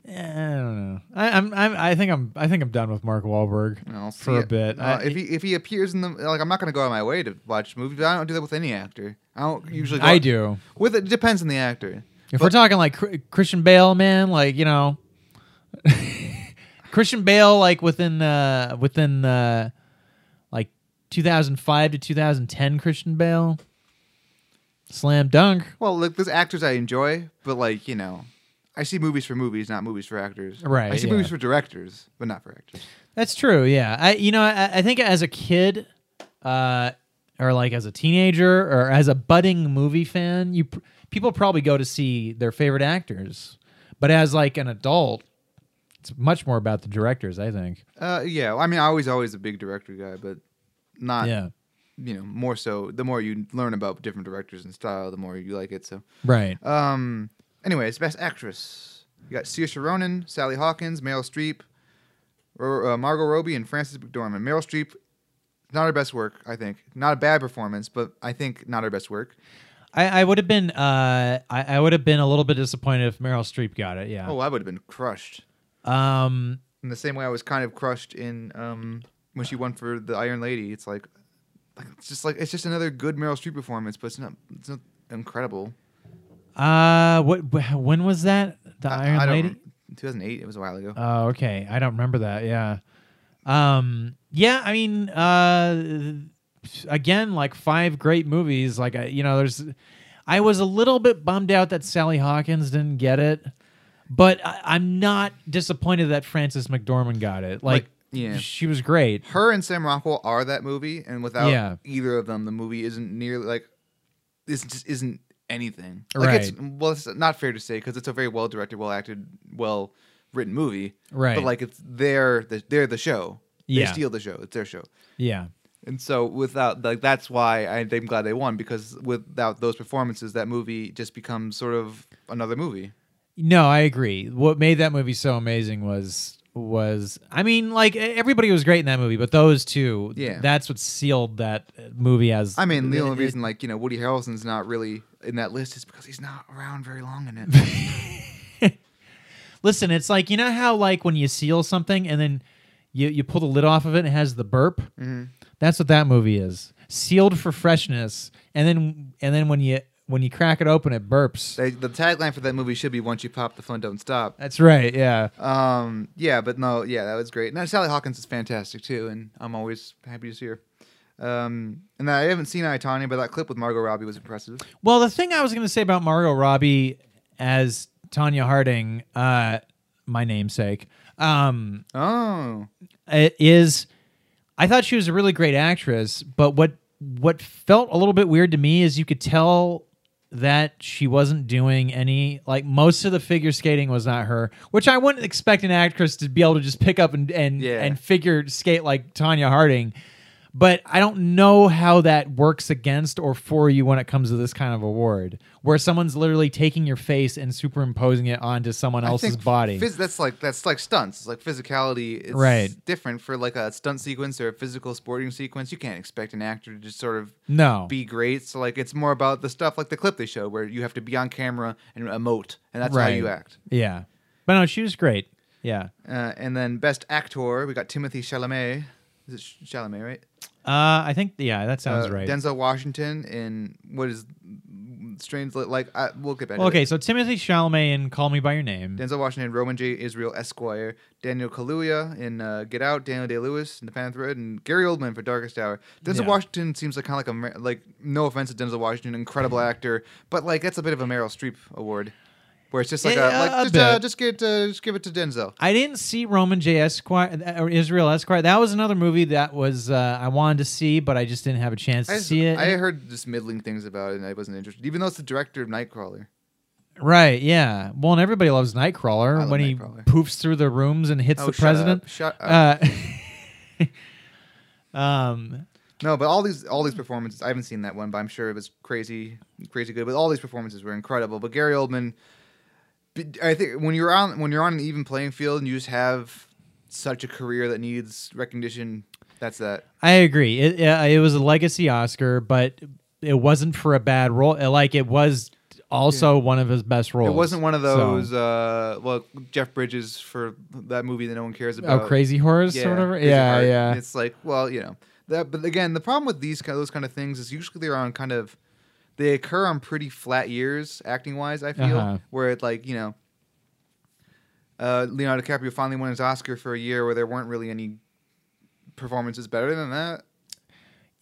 Speaker 2: Yeah, I don't know. I, I'm, I'm I think I'm I think I'm done with Mark Wahlberg
Speaker 1: I'll see
Speaker 2: for a
Speaker 1: it.
Speaker 2: bit.
Speaker 1: Uh,
Speaker 2: I,
Speaker 1: if he if he appears in the like, I'm not going to go out of my way to watch movies. But I don't do that with any actor. I don't usually. Go
Speaker 2: I do.
Speaker 1: With it depends on the actor.
Speaker 2: If we're talking like Cr- Christian Bale, man, like you know, [laughs] Christian Bale, like within uh within uh like 2005 to 2010, Christian Bale, slam dunk,
Speaker 1: Well, look, there's actors I enjoy, but like you know, I see movies for movies, not movies for actors.
Speaker 2: Right,
Speaker 1: I see
Speaker 2: yeah.
Speaker 1: movies for directors, but not for actors.
Speaker 2: That's true. Yeah. I you know I, I think as a kid, uh, or like as a teenager or as a budding movie fan, you pr- people probably go to see their favorite actors, but as like an adult, it's much more about the directors. I think.
Speaker 1: Uh, yeah. I mean, I was always a big director guy, but not.
Speaker 2: yeah.
Speaker 1: you know more so the more you learn about different directors and style the more you like it so
Speaker 2: Right.
Speaker 1: um anyways best actress you got Saoirse Ronan Sally Hawkins Meryl Streep Ro- uh, Margot Robbie and Frances McDormand Meryl Streep not her best work I think not a bad performance but I think not her best work
Speaker 2: I, I would have been uh I, I would have been a little bit disappointed if Meryl Streep got it. Yeah.
Speaker 1: oh I would have been crushed
Speaker 2: Um.
Speaker 1: in the same way I was kind of crushed in um when she won for the Iron Lady it's like like, it's just like it's just another good Meryl Streep performance but it's not it's not incredible
Speaker 2: Uh. What? wh- When was that? The
Speaker 1: I-
Speaker 2: Iron
Speaker 1: I don't-
Speaker 2: Lady.
Speaker 1: 2008 it was a while ago
Speaker 2: Oh, okay. I don't remember that. Yeah. Um. Yeah. I mean. Uh. Again, like five great movies. Like I, you know, there's. I was a little bit bummed out that Sally Hawkins didn't get it, but I, I'm not disappointed that Frances McDormand got it. Like,
Speaker 1: Like, yeah.
Speaker 2: she was great.
Speaker 1: her and Sam Rockwell are that movie, and without
Speaker 2: Yeah.
Speaker 1: either of them, the movie isn't nearly like this. Just isn't anything. Like it's well, it's not fair to say because it's a very well directed, well acted, well written movie.
Speaker 2: Right.
Speaker 1: But like it's they're the, they're the show.
Speaker 2: Yeah.
Speaker 1: They steal the show. It's their show.
Speaker 2: Yeah.
Speaker 1: And so without like that's why I, I'm glad they won because without those performances, that movie just becomes sort of another movie.
Speaker 2: No, I agree. What made that movie so amazing was was I mean, like e- everybody was great in that movie, but those two,
Speaker 1: Yeah.
Speaker 2: that's what sealed that uh, movie as.
Speaker 1: I mean, the
Speaker 2: it-
Speaker 1: only
Speaker 2: it-
Speaker 1: reason like you know Woody Harrelson's not really in that list is because he's not around very long in it.
Speaker 2: Listen, it's like you know how like when you seal something and then you you pull the lid off of it, and it has the burp.
Speaker 1: Mm-hmm.
Speaker 2: That's what that movie is, sealed for freshness, and then and then when you when you crack it open, it burps.
Speaker 1: They, the tagline for that movie should be "Once you pop, the fun don't stop."
Speaker 2: That's right. Yeah.
Speaker 1: Um, yeah, but no, yeah, that was great. Now Sally Hawkins is fantastic too, and I'm always happy to see her. Um, and I haven't seen Itania, but that clip with Margot Robbie was impressive.
Speaker 2: Well, the thing I was going to say about Margot Robbie as Tanya Harding, uh, my namesake, um,
Speaker 1: Oh,
Speaker 2: i- uh, is I thought she was a really great actress, but what what felt a little bit weird to me is you could tell that she wasn't doing any like most of the figure skating was not her, which I wouldn't expect an actress to be able to just pick up and and
Speaker 1: Yeah.
Speaker 2: and figure skate like Tanya Harding. But I don't know how that works against or for you when it comes to this kind of award, where someone's literally taking your face and superimposing it onto someone
Speaker 1: I
Speaker 2: else's
Speaker 1: think
Speaker 2: body.
Speaker 1: phys- that's like that's like stunts. It's like physicality. It's
Speaker 2: Right.
Speaker 1: Different for like a stunt sequence or a physical sporting sequence. You can't expect an actor to just sort of
Speaker 2: no,
Speaker 1: be great. So like it's more about the stuff like the clip they show where you have to be on camera and emote, and that's how
Speaker 2: Right.
Speaker 1: you act.
Speaker 2: yeah, but no, she was great. Yeah.
Speaker 1: Uh, and then best actor, we got Timothy Chalamet. Is it Ch- Chalamet, right?
Speaker 2: Uh, I think yeah, that sounds
Speaker 1: Uh,
Speaker 2: right.
Speaker 1: Denzel Washington in what is strange like I, we'll get back. to
Speaker 2: Well,
Speaker 1: it.
Speaker 2: okay, so Timothy Chalamet in Call Me by Your Name.
Speaker 1: Denzel Washington, Roman J. Israel Esquire, Daniel Kaluuya in uh, Get Out, Daniel Day Lewis in The Panther Thread, and Gary Oldman for Darkest Hour. Denzel
Speaker 2: Yeah.
Speaker 1: Washington seems like kind of like a Mer- like no offense to Denzel Washington, incredible
Speaker 2: Mm-hmm.
Speaker 1: actor, but like that's a bit of a Meryl Streep award, where it's just like
Speaker 2: Yeah,
Speaker 1: a, like
Speaker 2: Eh, a
Speaker 1: just, uh,
Speaker 2: bit.
Speaker 1: just get uh, just give it to Denzel.
Speaker 2: I didn't see Roman J. Esquire or Israel Esquire. That was another movie that was uh, I wanted to see, but I just didn't have a chance to
Speaker 1: I,
Speaker 2: see it.
Speaker 1: I heard just middling things about it, and I wasn't interested, even though it's the director of Nightcrawler.
Speaker 2: right? Yeah. Well, and everybody loves Nightcrawler
Speaker 1: I love
Speaker 2: when
Speaker 1: Nightcrawler.
Speaker 2: he poofs through the rooms and hits
Speaker 1: Oh,
Speaker 2: the
Speaker 1: shut
Speaker 2: president.
Speaker 1: up. Shut up.
Speaker 2: Uh, [laughs] um.
Speaker 1: No, but all these all these performances, I haven't seen that one, but I'm sure it was crazy, crazy good. But all these performances were incredible. But Gary Oldman, b- I think when you're on when you're on an even playing field and you just have such a career that needs recognition, that's that.
Speaker 2: I agree. It uh, it was a legacy Oscar, but it wasn't for a bad role. Uh, Like it was also one of his best roles.
Speaker 1: It wasn't one of
Speaker 2: So-
Speaker 1: those. Uh, well, Jeff Bridges for that movie that no one cares
Speaker 2: Oh,
Speaker 1: about.
Speaker 2: Crazy Horrors
Speaker 1: Uh, Yeah,
Speaker 2: or whatever.
Speaker 1: Crazy
Speaker 2: Yeah,
Speaker 1: Heart.
Speaker 2: yeah.
Speaker 1: It's like, well, you know that. But again, the problem with these kind of, those kind of things is usually they're on kind of they occur on pretty flat years acting wise. I feel
Speaker 2: Uh-huh.
Speaker 1: where it like you know. Uh, Leonardo DiCaprio finally won his Oscar for a year where there weren't really any performances better than that.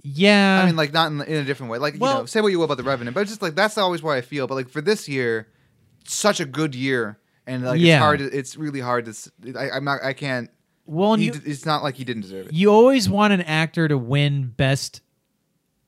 Speaker 2: yeah.
Speaker 1: I mean, like not in, in a different way. Like you know,
Speaker 2: Uh. Well-
Speaker 1: say what you will about the Revenant, but it's just like that's always why I feel. But like for this year, such a good year, and like
Speaker 2: Yeah.
Speaker 1: it's hard. To, it's really hard to. s- I, am not. I can't.
Speaker 2: well, and
Speaker 1: he
Speaker 2: you,
Speaker 1: d- it's not like he didn't deserve it.
Speaker 2: you always want an actor to win best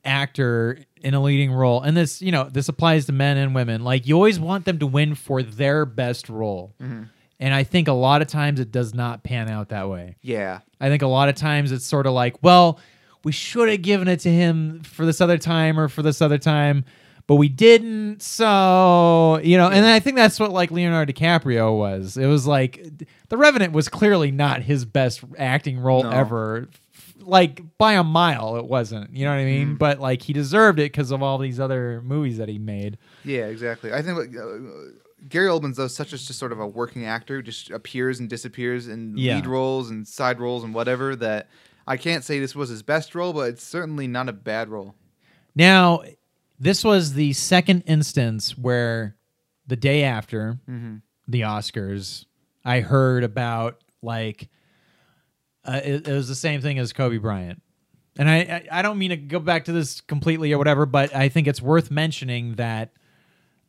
Speaker 2: actor in a leading role. And this, you know, this applies to men and women. Like you always want them to win for their best role.
Speaker 1: Mm-hmm.
Speaker 2: And I think a lot of times it does not pan out that way.
Speaker 1: Yeah.
Speaker 2: I think a lot of times it's sort of like, well, we should have given it to him for this other time or for this other time, but we didn't. So, you know, and I think that's what like Leonardo DiCaprio was. It was like The Revenant was clearly not his best acting role
Speaker 1: No.
Speaker 2: ever. F- Like by a mile, it wasn't. You know what I mean? But like he deserved it because of all these other movies that he made.
Speaker 1: Yeah, exactly. I think like, uh, Gary Oldman's though such a just sort of a working actor, who just appears and disappears in
Speaker 2: Yeah.
Speaker 1: lead roles and side roles and whatever. That I can't say this was his best role, but it's certainly not a bad role.
Speaker 2: Now, this was the second instance where the day after the Oscars, I heard about like uh, it, it was the same thing as Kobe Bryant. And I, I, I don't mean to go back to this completely or whatever, but I think it's worth mentioning that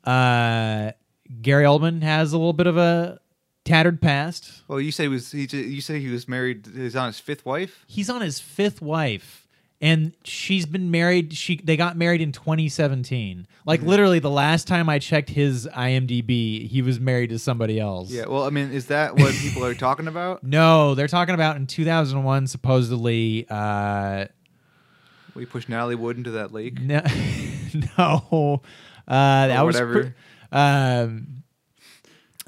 Speaker 2: uh, Gary Oldman has a little bit of a tattered past.
Speaker 1: Well, you said he was. He, ju- you said he was married. He's on his fifth wife.
Speaker 2: He's on his fifth wife, and she's been married. She they got married in 2017. Like literally, the last time I checked his IMDb, he was married to somebody else.
Speaker 1: Yeah. Well, I mean, is that what people are talking about?
Speaker 2: No, they're talking about in 2001, supposedly. Uh,
Speaker 1: We pushed Natalie Wood into that lake.
Speaker 2: no, [laughs] no, uh, that was
Speaker 1: whatever.
Speaker 2: cr- um,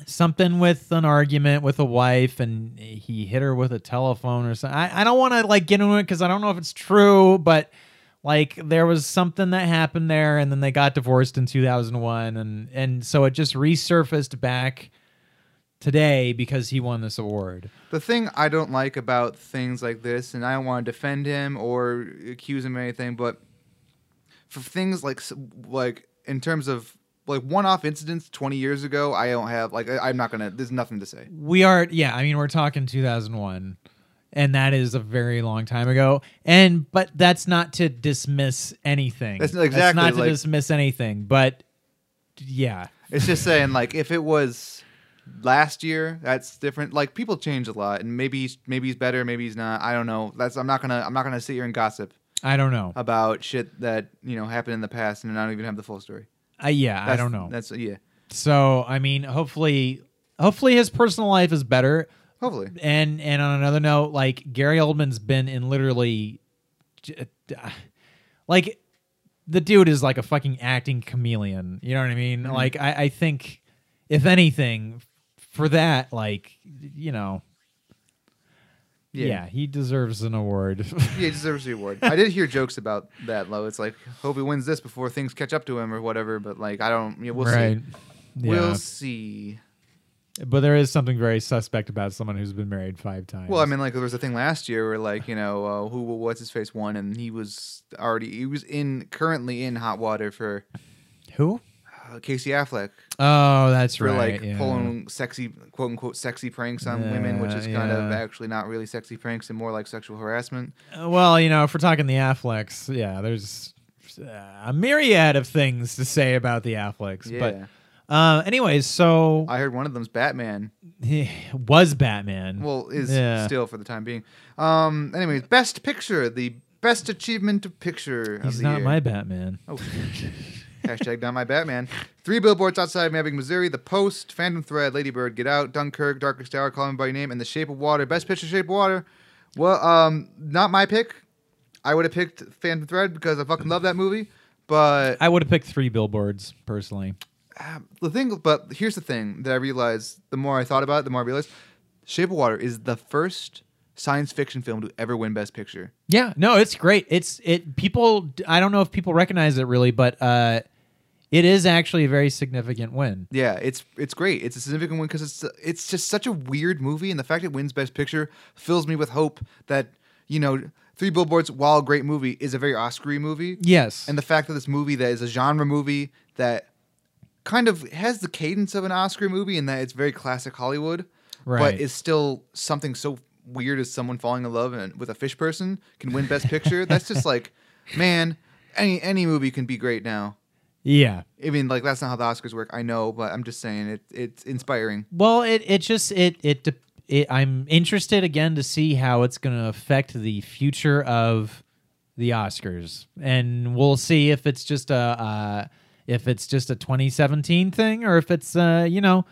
Speaker 2: something with an argument with a wife, and he hit her with a telephone or something. I, I don't want to like get into it because I don't know if it's true, but like there was something that happened there, and then they got divorced in 2001, and and so it just resurfaced back today because he won this award.
Speaker 1: The thing I don't like about things like this, and I don't want to defend him or accuse him of anything, but for things like s- like in terms of like one-off incidents 20 years ago, I don't have like I, I'm not gonna. There's nothing to say.
Speaker 2: we are yeah i mean we're talking 2001 and that is a very long time ago and but that's not to dismiss anything
Speaker 1: That's not- exactly,
Speaker 2: not to
Speaker 1: like-
Speaker 2: dismiss anything but yeah
Speaker 1: It's just saying like if it was last year, that's different. Like people change a lot, and maybe he's, maybe he's better, maybe he's not. I don't know. That's I'm not gonna I'm not gonna sit here and gossip
Speaker 2: i don't know
Speaker 1: about shit that you know happened in the past and I don't even have the full story.
Speaker 2: I, yeah i
Speaker 1: That's-
Speaker 2: don't know
Speaker 1: That's yeah.
Speaker 2: so i mean hopefully hopefully his personal life is better
Speaker 1: Hopefully,
Speaker 2: and and on another note like gary oldman's been in literally j- uh, like the dude is like a fucking acting chameleon you know what i mean
Speaker 1: Mm-hmm.
Speaker 2: like I, I think if anything for that like you know yeah,
Speaker 1: yeah.
Speaker 2: he deserves an award
Speaker 1: [laughs] Yeah, he deserves the award. I did hear jokes about that, though. It's like, hope he wins this before things catch up to him or whatever. But like, I don't. Yeah, we'll
Speaker 2: right
Speaker 1: see.
Speaker 2: yeah
Speaker 1: We'll see.
Speaker 2: but there is something very suspect about someone who's been married five times
Speaker 1: Well, I mean, like there was a thing last year where like you know uh, who what's his face won, and he was already he was in currently in hot water for
Speaker 2: who
Speaker 1: uh, Casey Affleck
Speaker 2: oh that's
Speaker 1: for
Speaker 2: right
Speaker 1: like
Speaker 2: yeah.
Speaker 1: pulling sexy quote unquote sexy pranks on women, which
Speaker 2: Yeah,
Speaker 1: is kind of
Speaker 2: yeah.
Speaker 1: actually not really sexy pranks and more like sexual harassment.
Speaker 2: Uh, Well, you know, if we're talking the Afflecks, yeah, there's uh, a myriad of things to say about the Afflecks.
Speaker 1: Yeah,
Speaker 2: But, uh, anyways, so
Speaker 1: I heard one of them's Batman.
Speaker 2: he was Batman.
Speaker 1: Well, is
Speaker 2: Yeah.
Speaker 1: still for the time being. Um. Anyways, best picture, the best achievement of picture. of
Speaker 2: he's
Speaker 1: the
Speaker 2: not
Speaker 1: year.
Speaker 2: my Batman.
Speaker 1: Oh. Hashtag not my Batman. Three billboards outside Mapping, Missouri. The Post, Phantom Thread, Ladybird, Get Out, Dunkirk, Darkest Hour, Call Me by Your Name, and The Shape of Water. Best picture, Shape of Water. Well, um, not my pick. I would have picked Phantom Thread because I fucking love that movie. But
Speaker 2: I would have picked three billboards personally.
Speaker 1: uh, the thing, but here's the thing that I realized the more I thought about it, the more I realized Shape of Water is the first science fiction film to ever win Best Picture.
Speaker 2: Yeah, no, it's great. It's it people. I don't know if people recognize it really, but uh, it is actually a very significant win.
Speaker 1: Yeah, it's it's great. It's a significant win because it's it's just such a weird movie, and the fact it wins Best Picture fills me with hope that you know Three Billboards, while a great movie, is a very Oscar-y movie,
Speaker 2: Yes,
Speaker 1: and the fact that this movie that is a genre movie that kind of has the cadence of an Oscar movie and that it's very classic Hollywood,
Speaker 2: Right.
Speaker 1: but is still something so weird as someone falling in love and with a fish person can win Best
Speaker 2: [laughs]
Speaker 1: Picture. That's just like, man, any any movie can be great now.
Speaker 2: yeah.
Speaker 1: I mean, like that's not how the Oscars work. I know, but I'm just saying it. It's inspiring.
Speaker 2: Well, it it just it it, de- it I'm interested again to see how it's going to affect the future of the Oscars, and we'll see if it's just a uh, if it's just a 2017 thing or if it's uh, you know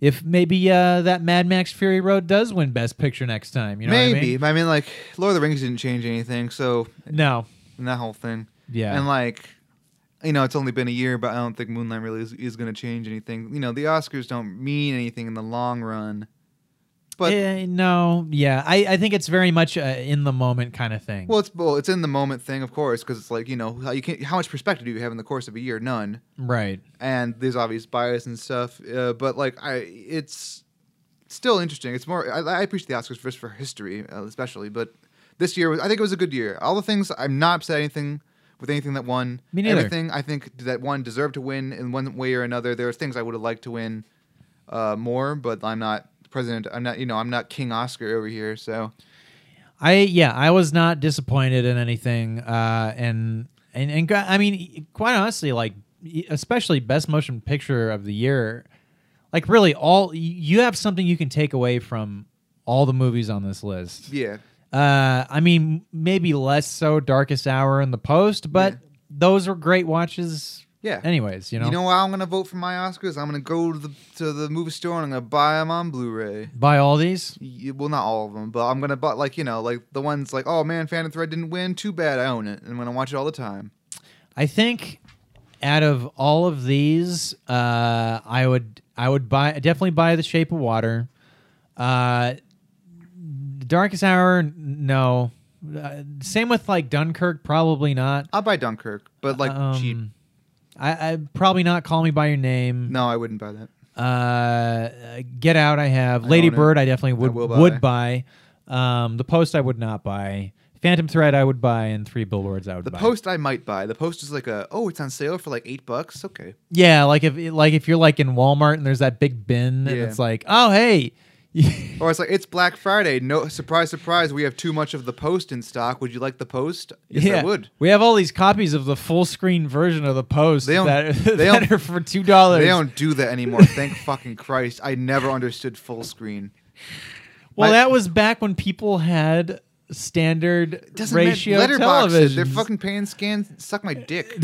Speaker 2: if maybe uh, that Mad Max Fury Road does win Best Picture next time. You know what I
Speaker 1: Maybe.
Speaker 2: mean?
Speaker 1: I mean? like Lord of the Rings didn't change anything, so
Speaker 2: No,
Speaker 1: and that whole thing.
Speaker 2: yeah,
Speaker 1: And like, you know, it's only been a year, but I don't think Moonlight really is, is going to change anything. You know, the Oscars don't mean anything in the long run. But
Speaker 2: Eh, no, yeah. I I think it's very much a in the moment kind of thing.
Speaker 1: well, it's well, it's in the moment thing, of course, because it's like you know how you can how much perspective do you have in the course of a year? None.
Speaker 2: right.
Speaker 1: and there's obvious bias and stuff. Uh, but like, I it's still interesting. It's more. I, I appreciate the Oscars first for history, uh, especially. But this year, was, I think it was a good year. All the things I'm not upset anything with anything that won.
Speaker 2: Me neither.
Speaker 1: Everything I think that one deserved to win in one way or another. There are things I would have liked to win uh, more, but I'm not president. I'm not. You know, I'm not King Oscar over here. So
Speaker 2: I yeah, I was not disappointed in anything, uh, and and and gra- I mean, quite honestly, like especially best motion picture of the year, like really all you have something you can take away from all the movies on this list.
Speaker 1: yeah,
Speaker 2: Uh, I mean, maybe less so Darkest Hour and The Post, but
Speaker 1: Yeah.
Speaker 2: those were great watches.
Speaker 1: yeah.
Speaker 2: Anyways, you know,
Speaker 1: you know how I'm gonna vote for my Oscars? I'm gonna go to the to the movie store and I'm gonna buy them on Blu-ray.
Speaker 2: buy all these.
Speaker 1: Y- well not all of them but i'm gonna but like you know like the ones like oh man fan and thread didn't win too bad i own it and i'm gonna watch it all the time
Speaker 2: I think out of all of these, uh, I would I would buy definitely buy The Shape of Water. Uh, Darkest Hour, n- no. Uh, same with like Dunkirk, probably not.
Speaker 1: i'll buy dunkirk but like cheap
Speaker 2: Um, I, I probably not. Call Me by Your Name.
Speaker 1: no i wouldn't buy that
Speaker 2: Uh, Get Out. I have
Speaker 1: I
Speaker 2: Lady
Speaker 1: own it.
Speaker 2: Bird. I definitely would
Speaker 1: will
Speaker 2: would buy. Um, the Post. I would not buy. Phantom Thread I would buy, and Three Billboards I would
Speaker 1: The
Speaker 2: buy.
Speaker 1: post I might buy. The post is like a oh, it's on sale for like eight bucks. Okay,
Speaker 2: yeah, like if like if you're like in Walmart and there's that big bin, and
Speaker 1: Yeah.
Speaker 2: it's like, oh hey, [laughs]
Speaker 1: or it's like it's Black Friday. No surprise, surprise. We have too much of the post in stock. Would you like the post? Yes, I would.
Speaker 2: We have all these copies of the full screen version of the post
Speaker 1: They don't-
Speaker 2: that, [laughs]
Speaker 1: they
Speaker 2: that
Speaker 1: don't-
Speaker 2: are for two dollars.
Speaker 1: They don't do that anymore. Thank [laughs] fucking Christ. I never understood full screen.
Speaker 2: Well,
Speaker 1: I-
Speaker 2: that was back when people had standard
Speaker 1: Doesn't
Speaker 2: ratio
Speaker 1: matter. Letterbox it. They're
Speaker 2: televisions.
Speaker 1: fucking paying scans. Suck my
Speaker 2: [laughs]
Speaker 1: dick.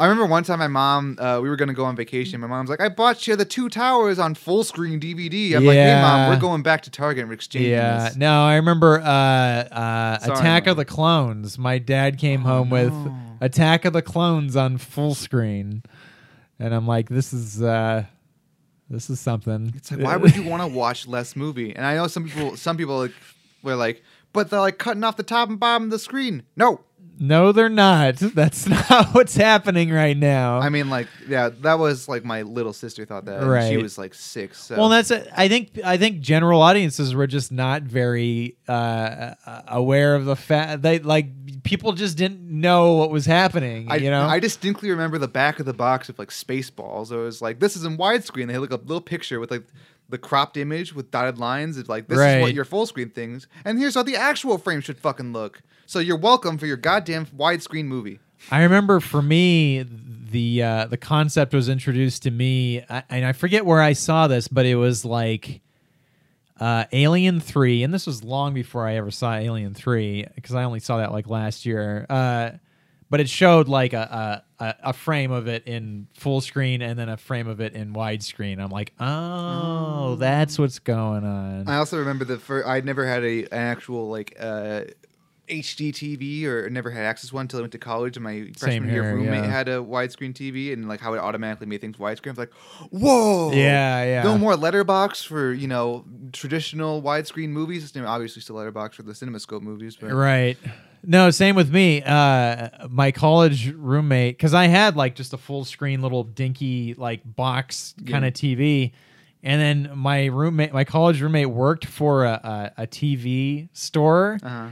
Speaker 1: I remember one time my mom, uh, we were going to go on vacation. My mom's like, I bought you the two towers on full screen DVD. I'm like, hey, mom,
Speaker 2: Yeah.
Speaker 1: we're going back to Target and we're exchanging
Speaker 2: Yeah.
Speaker 1: this.
Speaker 2: No, I remember uh, uh,
Speaker 1: Sorry,
Speaker 2: Attack
Speaker 1: Mom.
Speaker 2: of the Clones. My dad came home with
Speaker 1: no.
Speaker 2: Attack of the Clones on full screen, and I'm like, this is uh, this is something.
Speaker 1: It's like, why would you
Speaker 2: [laughs]
Speaker 1: want to watch less movie? And I know some people, some people like, were like, but they're like cutting off the top and bottom of the screen. No,
Speaker 2: no, they're not. [laughs] That's not what's happening right now.
Speaker 1: I mean, like, yeah, that was like my little sister thought that. and She
Speaker 2: Right.
Speaker 1: was like six. So.
Speaker 2: Well, that's it. I think I think general audiences were just not very uh, aware of the fact they like people just didn't know what was happening.
Speaker 1: I,
Speaker 2: you know,
Speaker 1: I distinctly remember the back of the box of like Spaceballs. I was like, this is in widescreen. They had like a little picture with like the cropped image with dotted lines. It's like this is what
Speaker 2: Right.
Speaker 1: your full screen things, and here's how the actual frame should fucking look. So you're welcome for your goddamn widescreen movie.
Speaker 2: I remember for me the uh, the concept was introduced to me, I, and I forget where I saw this, but it was like uh, Alien Three, and this was long before I ever saw Alien Three because I only saw that like last year. Uh, but it showed like a, a a- a frame of it in full screen and then a frame of it in widescreen. I'm like, oh, that's what's going on.
Speaker 1: I also remember the first. I'd never had a an actual like uh, HD TV or never had access to one until I went to college. And my freshman year
Speaker 2: here,
Speaker 1: roommate
Speaker 2: yeah.
Speaker 1: had a widescreen TV, and like how it automatically made things widescreen. I was like, whoa,
Speaker 2: yeah, yeah.
Speaker 1: No more letterbox for you know traditional widescreen movies. I mean, obviously, still letterbox for the CinemaScope movies, but
Speaker 2: Right. No, same with me. Uh, my college roommate, because I had like just a full screen little dinky like box kind of TV, and then my roommate, my college roommate, worked for a, a, a TV store,
Speaker 1: uh,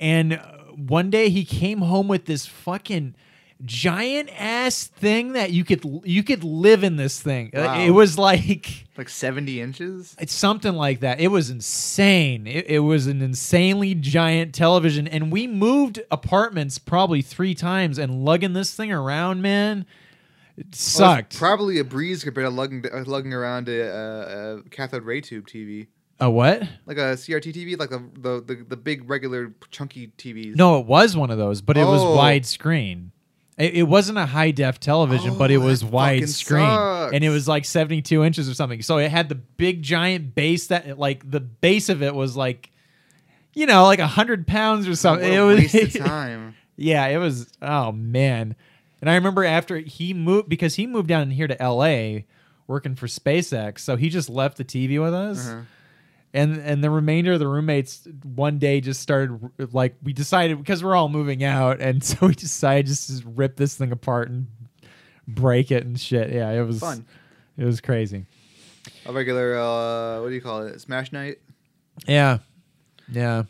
Speaker 2: and uh, one day he came home with this fucking giant ass thing that you could you could live in this thing. Uh,
Speaker 1: Wow.
Speaker 2: It was like
Speaker 1: like seventy inches.
Speaker 2: it's something like that. It was insane. It, it was an insanely giant television, and we moved apartments probably three times, and lugging this thing around, man, it
Speaker 1: Well,
Speaker 2: sucked.
Speaker 1: Oh, it's probably a breeze compared to lugging uh, lugging around a, a, a cathode ray tube TV,
Speaker 2: a what?
Speaker 1: like a CRT TV, like a, the, the the big regular chunky TVs.
Speaker 2: No, it was one of those, but it was
Speaker 1: Oh.
Speaker 2: widescreen. It, it wasn't a high def television, but
Speaker 1: Oh,
Speaker 2: it was
Speaker 1: that fucking
Speaker 2: widescreen,
Speaker 1: sucks.
Speaker 2: and it was like seventy two inches or something. So it had the big giant base that, like, the base of it was like, you know, like hundred pounds or
Speaker 1: what
Speaker 2: something.
Speaker 1: a
Speaker 2: it was
Speaker 1: waste
Speaker 2: [laughs]
Speaker 1: of time.
Speaker 2: Yeah, it was. Oh man! And I remember after he moved because he moved down here to L.A. working for SpaceX, so he just left the TV with us,
Speaker 1: Uh-huh.
Speaker 2: and and the remainder of the roommates one day just started like we decided because we're all moving out, and [laughs] so we decided just to rip this thing apart and break it and shit. Yeah, it was
Speaker 1: Fun.
Speaker 2: It was crazy.
Speaker 1: A regular uh, what do you call it? Smash night,
Speaker 2: Yeah, yeah.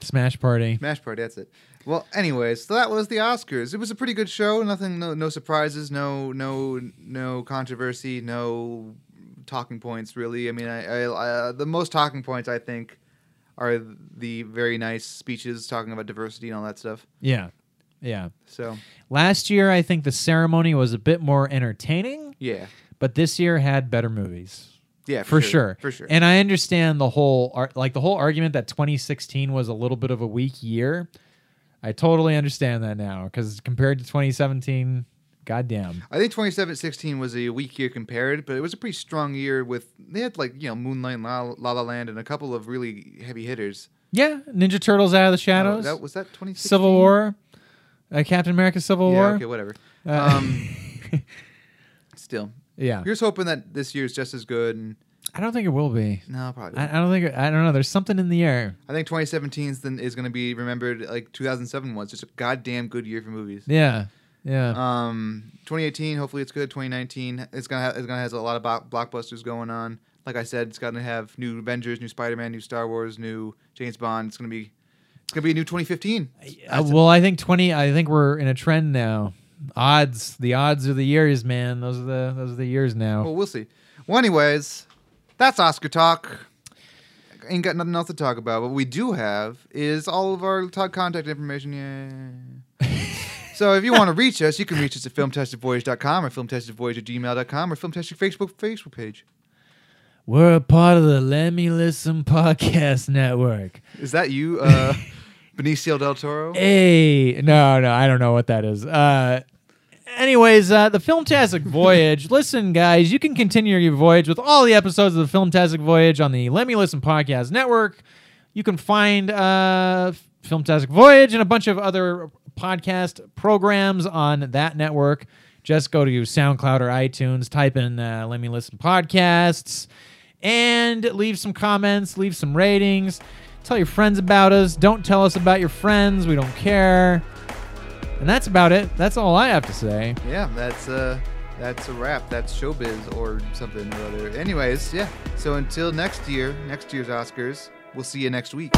Speaker 2: Smash party.
Speaker 1: smash party. That's it. Well, anyways, so that was the Oscars. It was a pretty good show. Nothing, no, no surprises, no, no, no controversy, no talking points. Really, I mean, I, I, I the most talking points I think are the very nice speeches talking about diversity and all that stuff.
Speaker 2: Yeah, yeah.
Speaker 1: So
Speaker 2: Last year, I think the ceremony was a bit more entertaining.
Speaker 1: yeah,
Speaker 2: but this year had better movies
Speaker 1: yeah,
Speaker 2: for sure
Speaker 1: for sure.
Speaker 2: and i understand the whole ar- like the whole argument that 2016 was a little bit of a weak year i totally understand that now because compared to 2017 goddamn
Speaker 1: I think 2016 was a weak year compared, but it was a pretty strong year with they had like you know Moonlight, La La, La Land, and a couple of really heavy hitters.
Speaker 2: yeah ninja turtles out of the
Speaker 1: Uh,
Speaker 2: shadows
Speaker 1: that was that 2016.
Speaker 2: civil war uh, captain america civil
Speaker 1: Yeah,
Speaker 2: war
Speaker 1: okay, whatever.
Speaker 2: Uh,
Speaker 1: Um, [laughs] still,
Speaker 2: [laughs] yeah
Speaker 1: here's hoping that this year's just as good. And
Speaker 2: i don't think it will be
Speaker 1: no, probably.
Speaker 2: I,
Speaker 1: I,
Speaker 2: I don't think i don't know there's something in the air
Speaker 1: I think 2017 then is going to be remembered like 2007 was. Just a goddamn good year for movies.
Speaker 2: yeah yeah
Speaker 1: Um, 2018, hopefully it's good. 2019, it's gonna have, it's gonna has a lot of bo- blockbusters going on. Like I said, it's gonna have new Avengers, new Spider Man, new Star Wars, new James Bond. It's gonna be gonna be a new 2015.
Speaker 2: Uh, well, I think twenty. I think we're in a trend now. Odds, the odds are the years, man. Those are the those are the years now.
Speaker 1: Well, we'll see. Well, anyways, that's Oscar talk. Ain't got nothing else to talk about. What we do have is all of our talk contact information. Yay. so if you want to reach us, you can reach us at filmtestedvoyage.com or filmtestedvoyage at gmail.com or filmtested Facebook Facebook page.
Speaker 2: We're a part of the Let Me Listen podcast network.
Speaker 1: Is that you, uh, Benicio del Toro?
Speaker 2: Eh. Hey, no, no, I don't know what that is. Uh, anyways, uh, the Filmtastic Voyage. Listen, guys, you can continue your voyage with all the episodes of the Filmtastic Voyage on the Let Me Listen Podcast Network. You can find uh, Filmtastic Voyage and a bunch of other podcast programs on that network. Just go to SoundCloud or iTunes, type in uh, Let Me Listen Podcasts, and leave some comments, leave some ratings. Tell your friends about us. Don't tell us about your friends. We don't care. And that's about it. That's all I have to say.
Speaker 1: Yeah, that's uh that's a wrap. That's showbiz or something or other. Anyways, yeah. So until next year, next year's Oscars, we'll see you next week.